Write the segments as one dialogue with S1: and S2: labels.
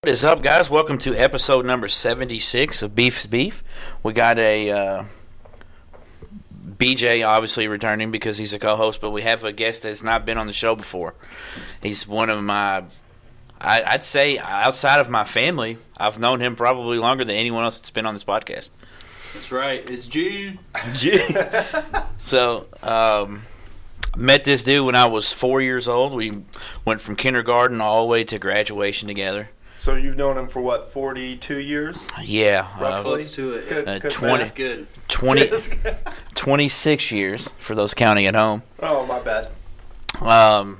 S1: What is up, guys? Welcome to episode number 76 of Beef's Beef. We got a uh, BJ obviously returning because he's a co host, but we have a guest that's not been on the show before. He's one of my, I, I'd say outside of my family, I've known him probably longer than anyone else that's been on this podcast.
S2: That's right. It's G.
S1: so, um, met this dude when I was four years old. We went from kindergarten all the way to graduation together.
S3: So you've known him for what, 42 years?
S1: Yeah, uh,
S3: Roughly.
S2: Close to it.
S3: Good-
S1: Uh,
S3: good
S1: 20.
S2: That's good.
S1: 20,
S3: math.
S1: 26 years for those counting at home.
S3: oh, my bad.
S1: Um,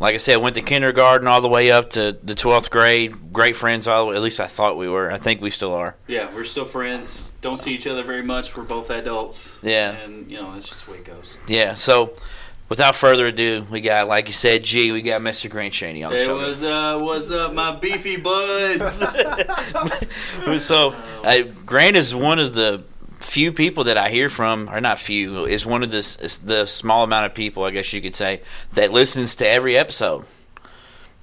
S1: like I said, went to kindergarten all the way up to the 12th grade. Great friends all the way. At least I thought we were. I think we still are.
S2: Yeah, we're still friends. Don't see each other very much. We're both adults.
S1: Yeah.
S2: And, you know, that's just the way it goes.
S1: Yeah, so without further ado, we got, like you said, G, we got Mr. Grant Shaney on the
S2: Hey,
S1: show.
S2: what's up? What's up, uh, my beefy buds?
S1: so uh, Grant is one of the few people that I hear from, or not few, is one of the s- is the small amount of people, I guess you could say, that listens to every episode.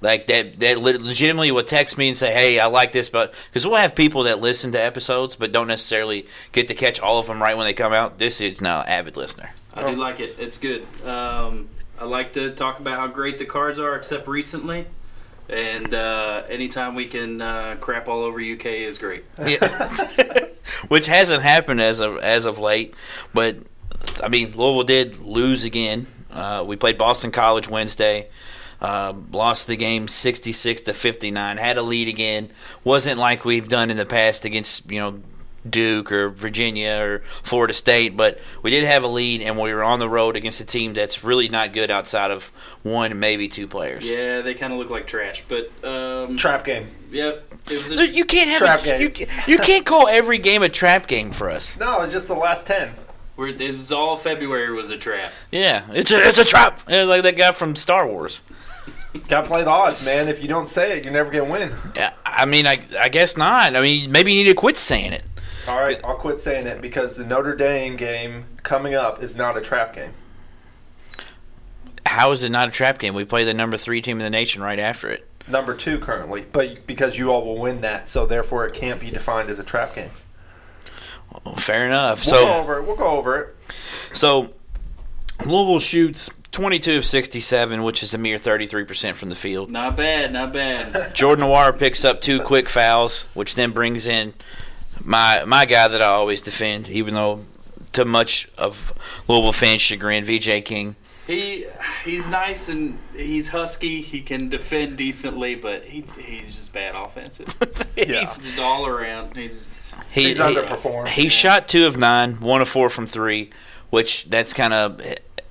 S1: Like that, that le- legitimately will text me and say, "Hey, I like this," but because we'll have people that listen to episodes but don't necessarily get to catch all of them right when they come out. This is now an avid listener.
S2: I do like it. It's good. Um, I like to talk about how great the cards are, except recently. And uh, anytime we can uh, crap all over UK is great.
S1: Yeah. Which hasn't happened as of as of late, but I mean Louisville did lose again. Uh, we played Boston College Wednesday, uh, lost the game sixty six to fifty nine. Had a lead again. wasn't like we've done in the past against you know Duke or Virginia or Florida State, but we did have a lead and we were on the road against a team that's really not good outside of one maybe two players.
S2: Yeah, they kind of look like trash, but um,
S3: Trap game.
S2: yep. It was a,
S1: You can't have
S3: Trap
S1: a,
S3: game.
S1: you, ca- you can't call every game a trap game for us.
S3: No, it's just the last 10.
S2: we're, it was all February was a trap.
S1: Yeah, it's a it's a trap. It's like that guy from Star Wars.
S3: Gotta play the odds, man. If you don't say it, you're never gonna win.
S1: Yeah, I mean, I I guess not. I mean, maybe you need to quit saying it.
S3: All right, I'll quit saying it because the Notre Dame game coming up is not a trap game.
S1: How is it not a trap game? We play the number three team in the nation right after it.
S3: Number two currently, but because you all will win that, so therefore it can't be defined as a trap game.
S1: Well, fair enough.
S3: We'll
S1: so
S3: go over it. We'll go over it.
S1: so Louisville shoots twenty two of sixty seven, which is a mere thirty three percent from the field.
S2: Not bad, not bad.
S1: Jordan Awara picks up two quick fouls, which then brings in my my guy that I always defend, even though to much of Louisville fans' chagrin, VJ King.
S2: He he's nice and he's husky. He can defend decently, but he he's just bad offensive.
S1: He's-
S2: just all around. He's
S1: He-
S3: He's
S1: he-
S3: underperformed.
S1: He shot two of nine, one of four from three, which that's kind of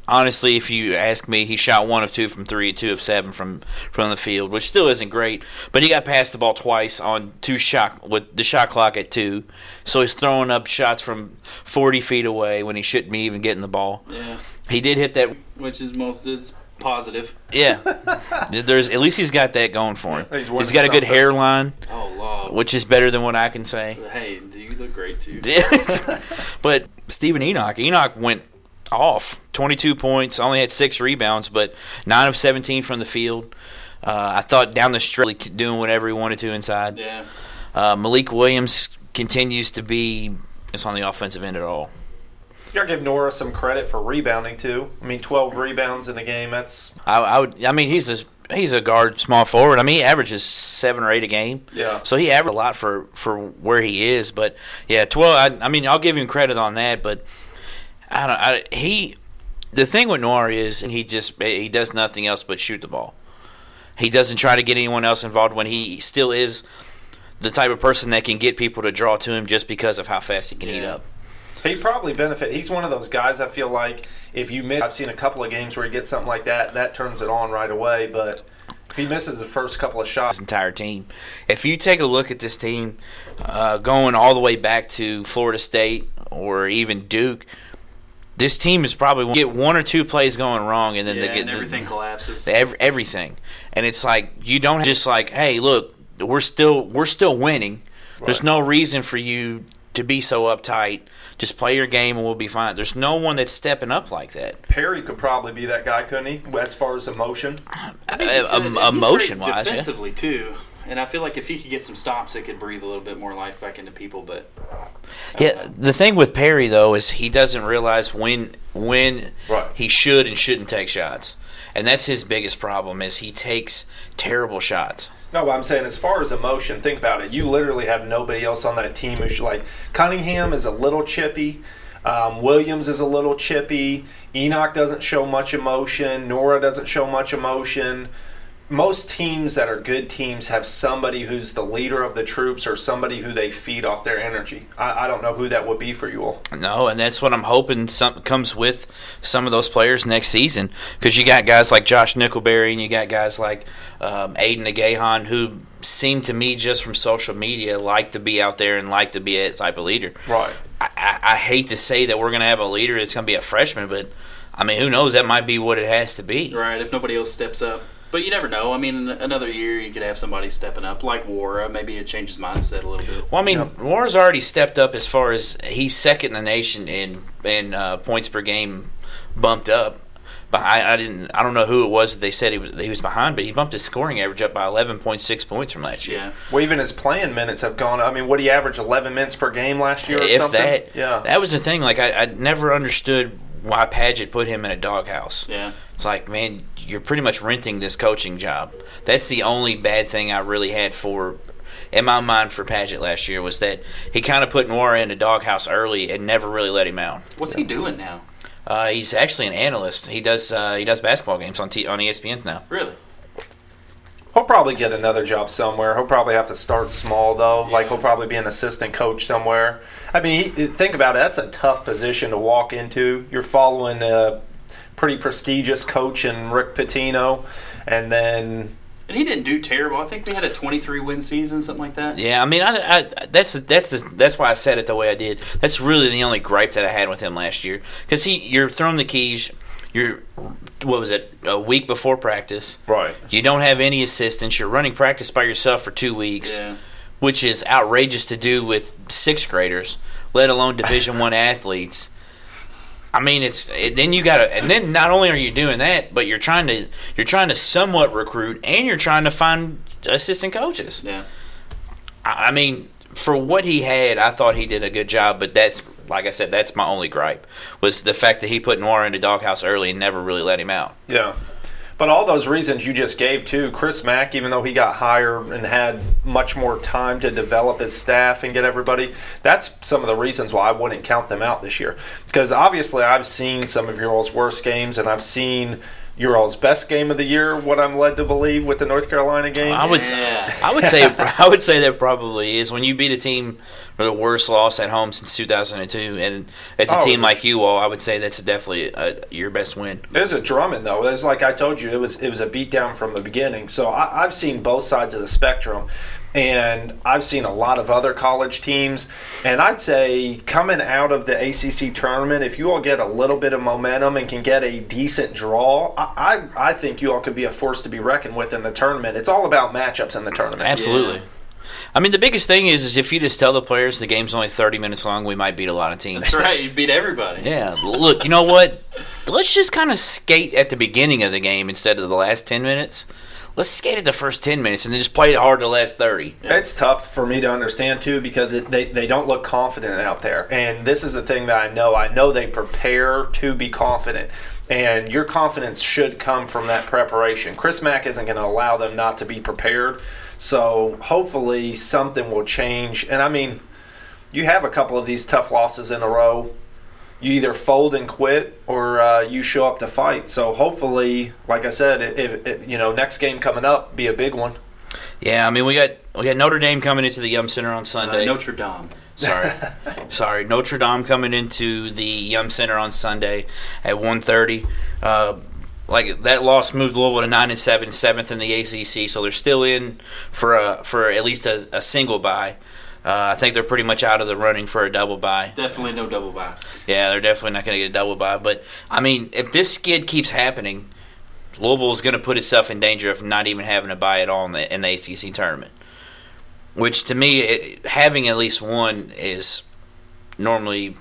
S1: honestly, if you ask me, he shot one of two from three, two of seven from from the field, which still isn't great. But he got past the ball twice on two shot with the shot clock at two, so he's throwing up shots from forty feet away when he shouldn't be even getting the ball.
S2: yeah,
S1: He did hit that.
S2: which is most it's positive.
S1: Yeah, there's at least he's got that going for him.
S3: He's
S1: he's
S3: winning
S1: got a good
S3: something.
S1: hairline,
S2: Oh lord.
S1: which is better than what I can say.
S2: Hey, you look great too.
S1: but Stephen Enoch, Enoch went off. 22 points, only had six rebounds, but nine of 17 from the field. Uh, I thought down the stretch, doing whatever he wanted to inside.
S2: Yeah,
S1: Uh, Malik Williams continues to be it's on the offensive end at all.
S3: You gotta give Nora some credit for rebounding too. I mean, 12 rebounds in the game. That's
S1: I, I would, I mean, he's a he's a guard, small forward. I mean, he averages seven or eight a game.
S3: Yeah.
S1: So he averaged a lot for for where he is. But yeah, twelve. I, I mean, I'll give him credit on that. But I don't. I, he the thing with Noir is he just he does nothing else but shoot the ball. He doesn't try to get anyone else involved when he still is the type of person that can get people to draw to him just because of how fast he can heat
S2: Yeah.
S1: up.
S3: He probably benefit. He's one of those guys. I feel like if you miss, I've seen a couple of games where he gets something like that, that turns it on right away. But if he misses the first couple of
S1: this
S3: shots,
S1: entire team. If you take a look at this team, uh, going all the way back to Florida State or even Duke, this team is probably get one or two plays going wrong, and then
S2: yeah,
S1: they um, get
S2: and
S1: the-
S2: everything collapses.
S1: ev- everything. And it's like you don't just like, hey, look, we're still we're still winning. There's
S3: Right.
S1: no reason for you to be so uptight. Just play your game and we'll be fine. There's no one that's stepping up like that.
S3: Perry could probably be that guy, couldn't he? As far as emotion,
S2: I think he
S1: Uh,
S2: could.
S1: um,
S2: He's great
S1: emotion-wise, yeah.
S2: defensively too. and I feel like if he could get some stops, it could breathe a little bit more life back into people. But
S1: Yeah, the thing with Perry though is he doesn't realize when when
S3: Right.
S1: he should and shouldn't take shots, and that's his biggest problem is he takes terrible shots.
S3: No, but I'm saying as far as emotion, think about it. You literally have nobody else on that team who's like Cunningham is a little chippy. Um, Williams is a little chippy. Enoch doesn't show much emotion. Nora doesn't show much emotion. Most teams that are good teams have somebody who's the leader of the troops or somebody who they feed off their energy. I, I don't know who that would be for you all.
S1: No, and that's what I'm hoping some comes with some of those players next season because you got guys like Josh Nickelberry and you got guys like um, Aiden Agahan who seem to me just from social media like to be out there and like to be that type of leader.
S3: Right.
S1: I, I, I hate to say that we're going to have a leader that's going to be a freshman, but I mean, who knows? That might be what it has to be.
S2: right, if nobody else steps up, but you never know. I mean, another year you could have somebody stepping up, like Wara. Maybe it changes mindset a little bit.
S1: Well, I mean, Warren's already stepped up as far as he's second in the nation in in uh, points per game, bumped up. But I, I didn't. I don't know who it was that they said he was, he was behind, but he bumped his scoring average up by eleven point six points from last year.
S2: Yeah,
S3: Well, even his playing minutes have gone. I mean, what he average eleven minutes per game last year or
S1: If
S3: something?
S1: that,
S3: yeah.
S1: that was the thing. Like I, I never understood why Paget put him in a doghouse.
S2: yeah.
S1: It's like, man, you're pretty much renting this coaching job. That's the only bad thing I really had for, in my mind, for Paget last year was that he kind of put Noir in a doghouse early and never really let him out.
S2: What's he doing now?
S1: Uh, he's actually an analyst. He does uh, he does basketball games on T- on E ESPN now.
S2: Really?
S3: He'll probably get another job somewhere. He'll probably have to start small though. Like he'll probably be an assistant coach somewhere. I mean, he- think about it. That's a tough position to walk into. You're following a pretty prestigious coach in Rick Pitino, and then
S2: And he didn't do terrible. I think we had a 23 win season, something like that.
S1: Yeah, I mean, I, I that's the- that's the, that's why I said it the way I did. That's really the only gripe that I had with him last year because he you're throwing the keys. You're what was it a week before practice?
S3: right.
S1: You don't have any assistants. You're running practice by yourself for two weeks,
S2: Yeah.
S1: which is outrageous to do with sixth graders, let alone Division One athletes. I mean, it's it, then you got to, and then not only are you doing that, but you're trying to you're trying to somewhat recruit, and you're trying to find assistant coaches.
S2: Yeah.
S1: I I mean, for what he had, I thought he did a good job, but that's like I said, that's my only gripe was the fact that he put Noir in the doghouse early and never really let him out.
S3: Yeah. But all those reasons you just gave too, Chris Mack, even though he got higher and had much more time to develop his staff and get everybody, that's some of the reasons why I wouldn't count them out this year. Because obviously I've seen some of your all's worst games and I've seen your all's best game of the year, what I'm led to believe with the North Carolina game.
S1: I would,
S2: Yeah.
S1: I would say, I would say that probably is when you beat a team for the worst loss at home since 2002, and it's a
S3: Oh,
S1: team
S3: it's-
S1: like you all. I would say that's definitely uh your best win.
S3: It was a drumming though. It was like I told you, it was it was a beatdown from the beginning. So I, I've seen both sides of the spectrum, and I've seen a lot of other college teams. And I'd say coming out of the ACC tournament, if you all get a little bit of momentum and can get a decent draw, I I, I think you all could be a force to be reckoned with in the tournament. It's all about matchups in the tournament.
S1: Absolutely.
S2: Yeah.
S1: I mean, the biggest thing is, is if you just tell the players the game's only 30 minutes long, we might beat a lot of teams.
S2: That's right. You beat everybody.
S1: Yeah, look, you know what? Let's just kind of skate at the beginning of the game instead of the last 10 minutes. Let's skate at the first 10 minutes and then just play it hard the last 30.
S3: It's tough for me to understand too because it, they, they don't look confident out there. And this is the thing that I know. I know they prepare to be confident. And your confidence should come from that preparation. Chris Mack isn't going to allow them not to be prepared. So hopefully something will change. And I mean, you have a couple of these tough losses in a row. You either fold and quit, or uh, you show up to fight. So hopefully, like I said, if, if, if you know next game coming up be a big one.
S1: Yeah, I mean, we got we got Notre Dame coming into the Yum Center on
S2: Uh,
S1: Sunday.
S2: Notre Dame.
S1: sorry. sorry. Notre Dame coming into the Yum Center on Sunday at 1.30. Uh, like that loss moved Louisville to nine and seven, seventh in the ACC, so they're still in for a, for at least a, a single bye. Uh, I think they're pretty much out of the running for a double bye.
S2: Definitely no double bye.
S1: Yeah, they're definitely not going to get a double bye. But I mean, if this skid keeps happening, Louisville's going to put itself in danger of not even having a bye at all in the in the ACC tournament. Which to me, it, having at least one is normally.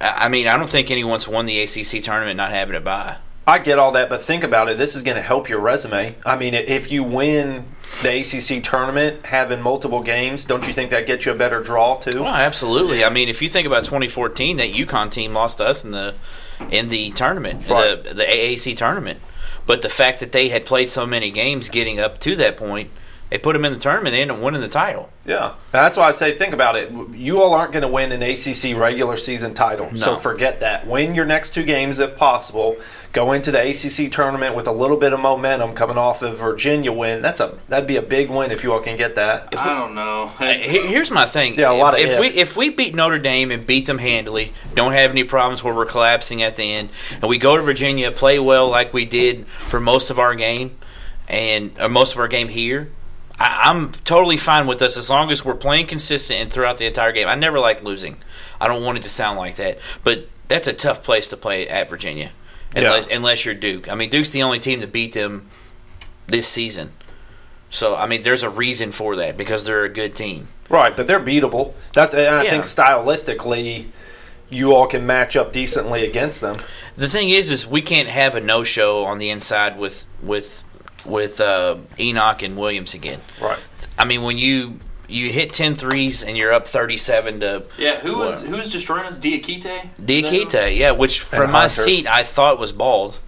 S1: I I mean, I don't think anyone's won the ACC tournament not having a bye.
S3: I get all that, but think about it. This is going to help your resume. I mean, i- if you win the ACC tournament, having multiple games, don't you think that gets you a better draw too?
S1: Well, absolutely. I mean, if you think about 2014, that UConn team lost to us in the in the tournament, in
S3: Right.
S1: the the AAC tournament. But the fact that they had played so many games getting up to that point, they put them in the tournament. They ended up winning the title.
S3: Yeah, And that's why I say think about it. You all aren't going to win an ACC regular season title, so
S1: No.
S3: forget that. Win your next two games if possible. Go into the ACC tournament with a little bit of momentum coming off of Virginia win. That's a that'd be a big win if you all can get that.
S2: I don't know.
S1: Here- Here's my thing.
S3: Yeah, a lot of
S1: if, if we
S3: ifs.
S1: if we beat Notre Dame and beat them handily, don't have any problems where we're collapsing at the end, and we go to Virginia, play well like we did for most of our game, and or most of our game here. I, I'm totally fine with us as long as we're playing consistent and throughout the entire game. I never like losing. I don't want it to sound like that, but that's a tough place to play at Virginia, unless, unless you're Duke. I mean, Duke's the only team to beat them this season. So I mean, there's a reason for that because they're a good team.
S3: Right, but they're beatable. That's and I
S1: Yeah.
S3: think stylistically, you all can match up decently against them.
S1: The thing is, is we can't have a no show on the inside with with with uh, Enoch and Williams again.
S3: Right.
S1: I mean, when you you hit 10 threes and you're up thirty seven to
S2: yeah, who was who was destroying us? Diakite.
S1: Diakite, yeah, which from
S3: And
S1: my
S3: Hunter.
S1: seat I thought was bald,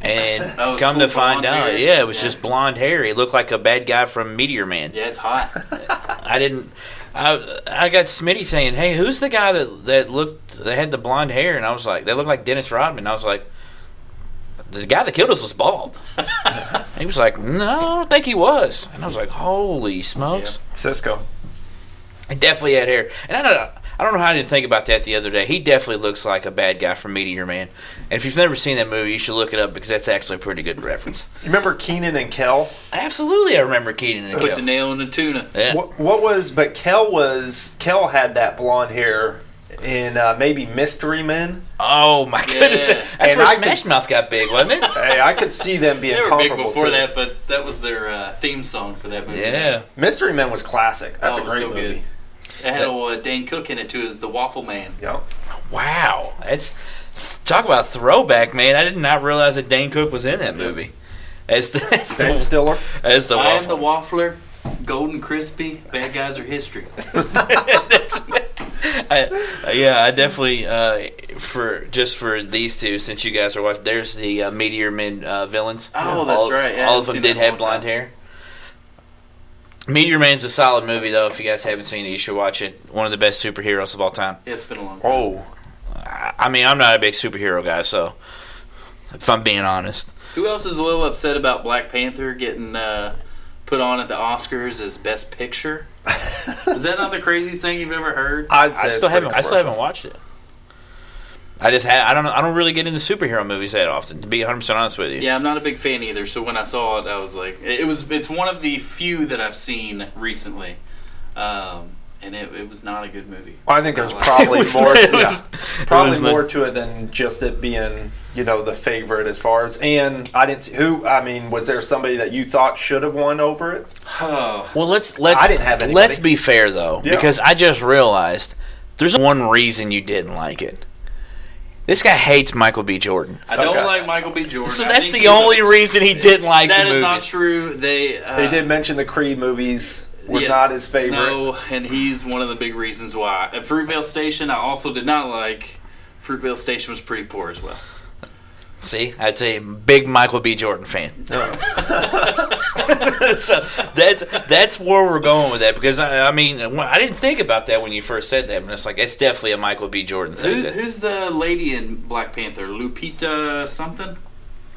S1: and
S2: Oh, it was
S1: come to
S2: cool
S1: find
S2: blonde
S1: out,
S2: hair.
S1: yeah, it was
S2: Yeah.
S1: just blonde hair. He looked like a bad guy from Meteor Man.
S2: Yeah, it's hot.
S1: I didn't. I I got Smitty saying, "Hey, who's the guy that that looked that had the blonde hair?" And I was like, "They look like Dennis Rodman." I was like, "The guy that killed us was bald." he was like, "No, I don't think he was." And I was like, "Holy smokes!"
S3: Cisco.
S1: He definitely had hair. And I don't know. I don't know how I didn't think about that the other day. He definitely looks like a bad guy from Meteor Man. And if you've never seen that movie, you should look it up because that's actually a pretty good reference.
S3: You remember Keenan and Kel?
S1: Absolutely, I remember Keaton and
S2: Put the
S1: Kel.
S2: nail in the tuna.
S1: Yeah.
S3: What, what was? But Kel was Kel had that blonde hair in uh, maybe Mystery Men.
S1: Oh my goodness!
S2: Yeah.
S1: That's
S3: And
S1: where
S3: I could
S1: Smash
S3: s-
S1: Mouth got big, wasn't it?
S3: Hey, I could see them being
S2: They were big
S3: comparable
S2: before
S3: to
S2: that, but that was their uh, theme song for that movie.
S1: Yeah.
S3: Mystery Men was classic. That's
S2: Oh,
S3: a
S2: it
S3: great
S2: was so
S3: movie.
S2: good. It had old uh, Dane Cook in it too. Is the Waffle Man?
S3: Yeah.
S1: Wow. That's talk about throwback, man. I did not realize that Dane Cook was in that movie. As the as
S3: Ben
S1: the,
S3: Stiller.
S1: as the
S2: I am the
S1: waffle.
S2: Waffler. Golden crispy. Bad guys are history.
S1: That's- I- yeah, I definitely uh, for just for these two since you guys are watching. There's the uh, Meteor Men uh, villains.
S2: Oh, that's
S1: all,
S2: right. Yeah, I
S1: all of
S2: haven't
S1: them
S2: seen
S1: did
S2: that in a
S1: have
S2: long
S1: blonde
S2: time.
S1: hair. Meteor Man's a solid movie though. If you guys haven't seen it, you should watch it. One of the best superheroes of all time.
S2: Yeah, it's been a long time.
S3: Oh.
S1: I, I mean, I'm not a big superhero guy, so if I'm being honest.
S2: Who else is a little upset about Black Panther getting uh, put on at the Oscars as Best Picture? is that not the craziest thing you've ever heard?
S3: I'd say
S1: I
S3: it's
S1: still
S3: pretty
S1: haven't. I still
S3: commercial.
S1: haven't watched it. I just had. I don't. I don't really get into superhero movies that often. To be 100 percent honest with you.
S2: Yeah, I'm not a big fan either. So when I saw it, I was like, it it was. It's one of the few that I've seen recently, um, and it, it was not a good movie.
S3: I think there's
S2: It
S3: probably
S1: was-
S3: more.
S1: it
S3: yeah.
S1: was-
S3: probably
S1: was not-
S3: more to it than just it being you know the favorite as far as. And I didn't see who. I mean, was there somebody that you thought should have won over it?
S2: Oh,
S1: Well, let's let's
S3: I didn't have anybody.
S1: let's be fair though,
S3: Yeah.
S1: because I just realized there's one reason you didn't like it. This guy hates Michael B. Jordan.
S2: I don't
S3: Okay.
S2: like Michael B. Jordan.
S1: So
S2: I
S1: that's
S2: think
S1: the
S2: he's a-
S1: only reason he didn't like
S2: That
S1: the
S2: is
S1: movie.
S2: not true. They uh,
S3: They did mention the Creed movies were
S2: Yeah.
S3: not his favorite.
S2: No, and he's one of the big reasons why. At Fruitvale Station, I also did not like. Fruitvale Station was pretty poor as well.
S1: See, I'd say big Michael B. Jordan fan.
S3: No.
S1: so that's that's where we're going with that because I, I mean when- I didn't think about that when you first said that, but it's like it's definitely a Michael B. Jordan thing.
S2: Who,
S1: that-
S2: who's the lady in Black Panther? Lupita something?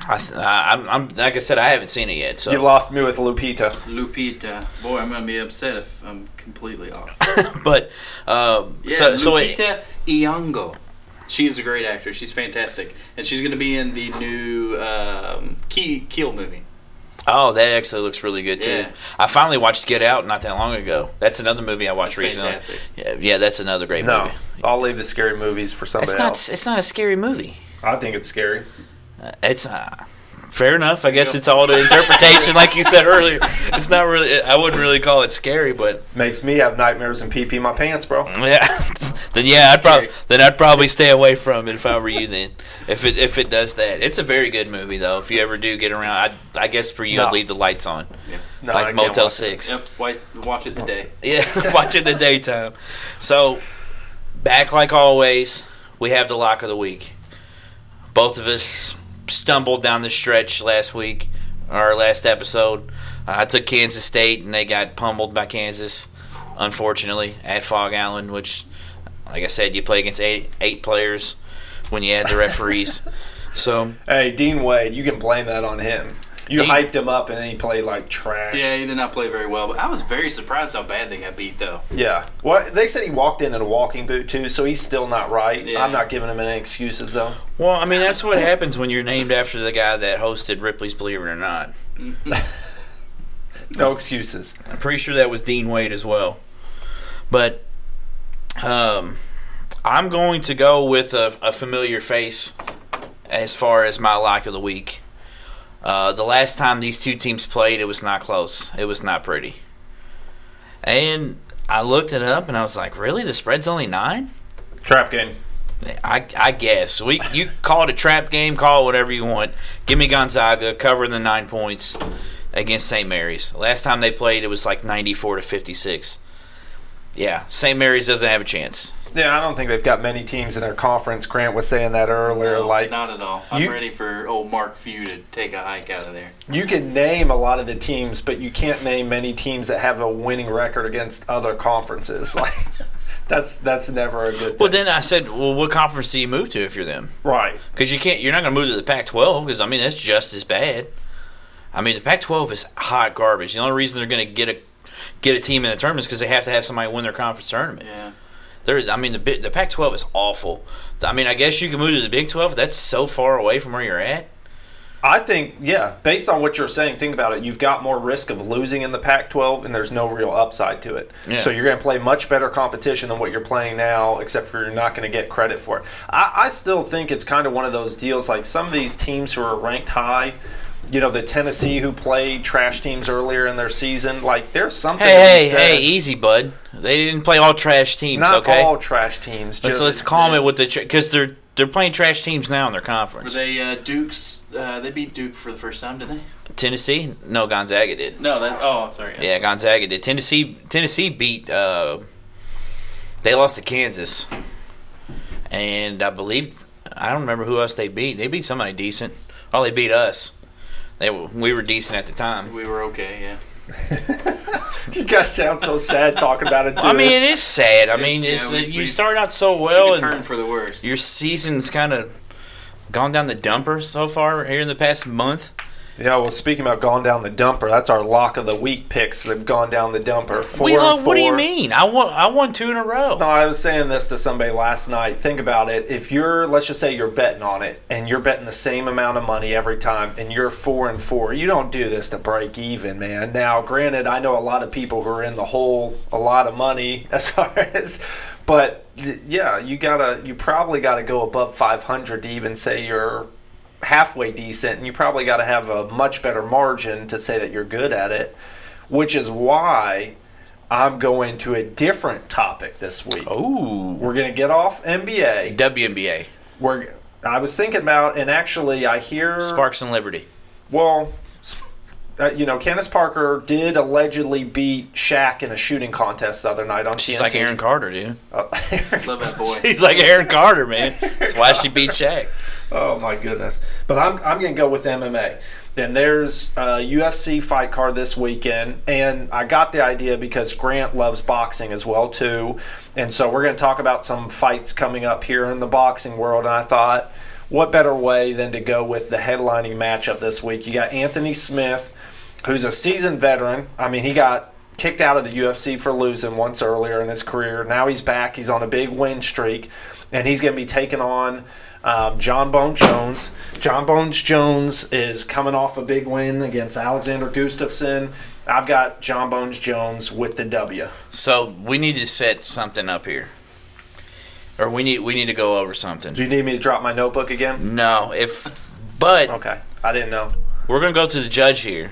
S1: I, th- I- I'm, I'm like I said, I haven't seen it yet.
S3: You
S1: So,
S3: lost me with Lupita.
S2: Lupita. Boy, I'm gonna be upset if I'm completely off.
S1: but um,
S2: Yeah,
S1: so so it,
S2: Lupita Nyong'o. She is a great actor. She's fantastic, and she's gonna be in the new um, Key Keel movie.
S1: oh, that actually looks really good too.
S2: Yeah.
S1: I finally watched Get Out not that long ago. That's another movie I watched
S2: That's
S1: recently.
S2: fantastic.
S1: Yeah, yeah, that's another great
S3: No,
S1: movie.
S3: I'll leave the scary movies for somebody
S1: It's not
S3: else.
S1: it's not a scary movie.
S3: I think it's scary.
S1: It's uh, fair enough. I guess it's all to interpretation, like you said earlier. It's not really. I wouldn't really call it scary, but
S3: Makes me have nightmares and pee pee my pants, bro.
S1: yeah. then yeah, I'd
S2: Scary.
S1: probably then I'd probably stay away from it if I were you. Then if it if it does that, it's a very good movie though. If you ever do get around, I, I guess for you,
S3: No.
S1: I'd leave the lights on,
S2: Yeah.
S3: No, I
S1: like
S3: can't
S1: Motel
S3: watch it.
S1: Six.
S2: Yep. Watch, watch it today.
S1: Yeah, watch it in the daytime. So, back like always, we have the lock of the week. Both of us stumbled down the stretch last week, our last episode. Uh, I took Kansas State, and they got pummeled by Kansas, unfortunately, at Fog Island, which, like I said, you play against eight, eight players when you add the referees. so,
S3: Hey, Dean Wade, you can blame that on him. You
S1: Dean-
S3: hyped him up and then he played like trash.
S2: Yeah, he did not play very well, but I was very surprised how bad they got beat, though.
S3: Yeah. Well, they said he walked in in a walking boot too, so he's still not right.
S2: Yeah.
S3: I'm not giving him any excuses though.
S1: well, I mean, that's what happens when you're named after the guy that hosted Ripley's Believe It or Not.
S3: No excuses.
S1: I'm pretty sure that was Dean Wade as well. But um, I'm going to go with a, a familiar face as far as my lock of the week. Uh, the last time these two teams played, it was not close. It was not pretty. And I looked it up and I was like, really? The spread's only nine?
S3: Trap game.
S1: I, I guess we you call it a trap game, call it whatever you want. Give me Gonzaga covering the nine points against St. Mary's. Last time they played, it was like ninety four to fifty six. Yeah, St. Mary's doesn't have a chance.
S3: Yeah, I don't think they've got many teams in their conference. Grant was saying that earlier.
S2: No,
S3: like
S2: not at all. I'm
S3: you-
S2: ready for old Mark Few to take a hike out of there.
S3: you can name a lot of the teams, but you can't name many teams that have a winning record against other conferences. Like that's that's never a good.
S1: Well,
S3: thing.
S1: then I said, well, what conference do you move to if you're them?
S3: right.
S1: Because you can't. You're not going to move to the Pac twelve because I mean that's just as bad. I mean the Pac twelve is hot garbage. The only reason they're going to get a get a team in the tournament is because they have to have somebody win their conference tournament.
S2: Yeah.
S1: There, I mean, the Bi- the Pac-12 is awful. I mean, I guess you can move to the Big 12. That's so far away from where you're at.
S3: I think, yeah, based on what you're saying, think about it. You've got more risk of losing in the Pac 12, and there's no real upside to it.
S1: Yeah.
S3: So you're going to play much better competition than what you're playing now, except for you're not going to get credit for it. I, I still think it's kind of one of those deals like some of these teams who are ranked high. You know the Tennessee who played trash teams earlier in their season. Like there's something. to be
S1: Hey, hey,
S3: said.
S1: hey, easy, bud. They didn't play all trash teams.
S3: Not
S1: okay,
S3: all trash teams.
S1: let's
S3: Just
S1: let's calm it with the because they're they're playing trash teams now in their conference.
S2: Were they uh, Duke's? Uh, they beat Duke for the first time, did they?
S1: Tennessee, no, Gonzaga did.
S2: No, that. Oh, sorry.
S1: Yeah, Gonzaga did. Tennessee Tennessee beat uh they lost to Kansas. And I believe I don't remember who else they beat. They beat somebody decent. Oh, they beat us. They were, we were decent at the time.
S2: We were okay. Yeah.
S3: you guys sound so sad talking about it. Too.
S1: I mean, it is sad. I mean,
S2: Yeah,
S1: it's, uh,
S2: we-
S1: you
S2: we
S1: start out so
S2: Took
S1: well,
S2: a turn
S1: and
S2: for the worse.
S1: your season's kind of gone down the dumper so far here in the past month.
S3: Yeah, well, speaking about going down the dumper, that's our lock of the week picks that have gone down the dumper. Four
S1: we
S3: and
S1: love. What do you
S3: four.
S1: mean? I won. I won two in a row.
S3: No, I was saying this to somebody last night. Think about it. If you're, let's just say you're betting on it, and you're betting the same amount of money every time, and you're four and four, you don't do this to break even, man. Now, granted, I know a lot of people who are in the hole, a lot of money as far as, but d- yeah, you gotta, you probably gotta go above 500 to even say you're halfway decent, and you probably gotta have a much better margin to say that you're good at it, which is why. I'm going to a different topic this week.
S1: Oh. Ooh,
S3: We're going to get off NBA.
S1: WNBA
S3: We're I was thinking about and actually I hear
S1: Sparks and Liberty.
S3: well s- uh, you know Candace Parker did allegedly beat Shaq in a shooting contest the other night on
S1: She's
S3: TNT.
S1: like Aaron Carter, dude.
S3: Uh,
S2: Love that boy.
S1: He's like Aaron Carter, man. That's why she beat Shaq.
S3: Oh my goodness! But I'm I'm gonna go with MMA. And there's uh, a UFC fight card this weekend, and I got the idea because Grant loves boxing as well too, and so we're gonna talk about some fights coming up here in the boxing world. And I thought, what better way than to go with the headlining matchup this week? You got Anthony Smith, who's a seasoned veteran. I mean, he got kicked out of the UFC for losing once earlier in his career. Now he's back. He's on a big win streak, and he's going to be taking on um, John Bones Jones. John Bones Jones is coming off a big win against Alexander Gustafsson. I've got John Bones Jones with the W.
S1: So we need to set something up here, or we need we need to go over something.
S3: Do you need me to drop my notebook again?
S1: No, if but
S3: Okay. I didn't know.
S1: We're gonna go to the judge here.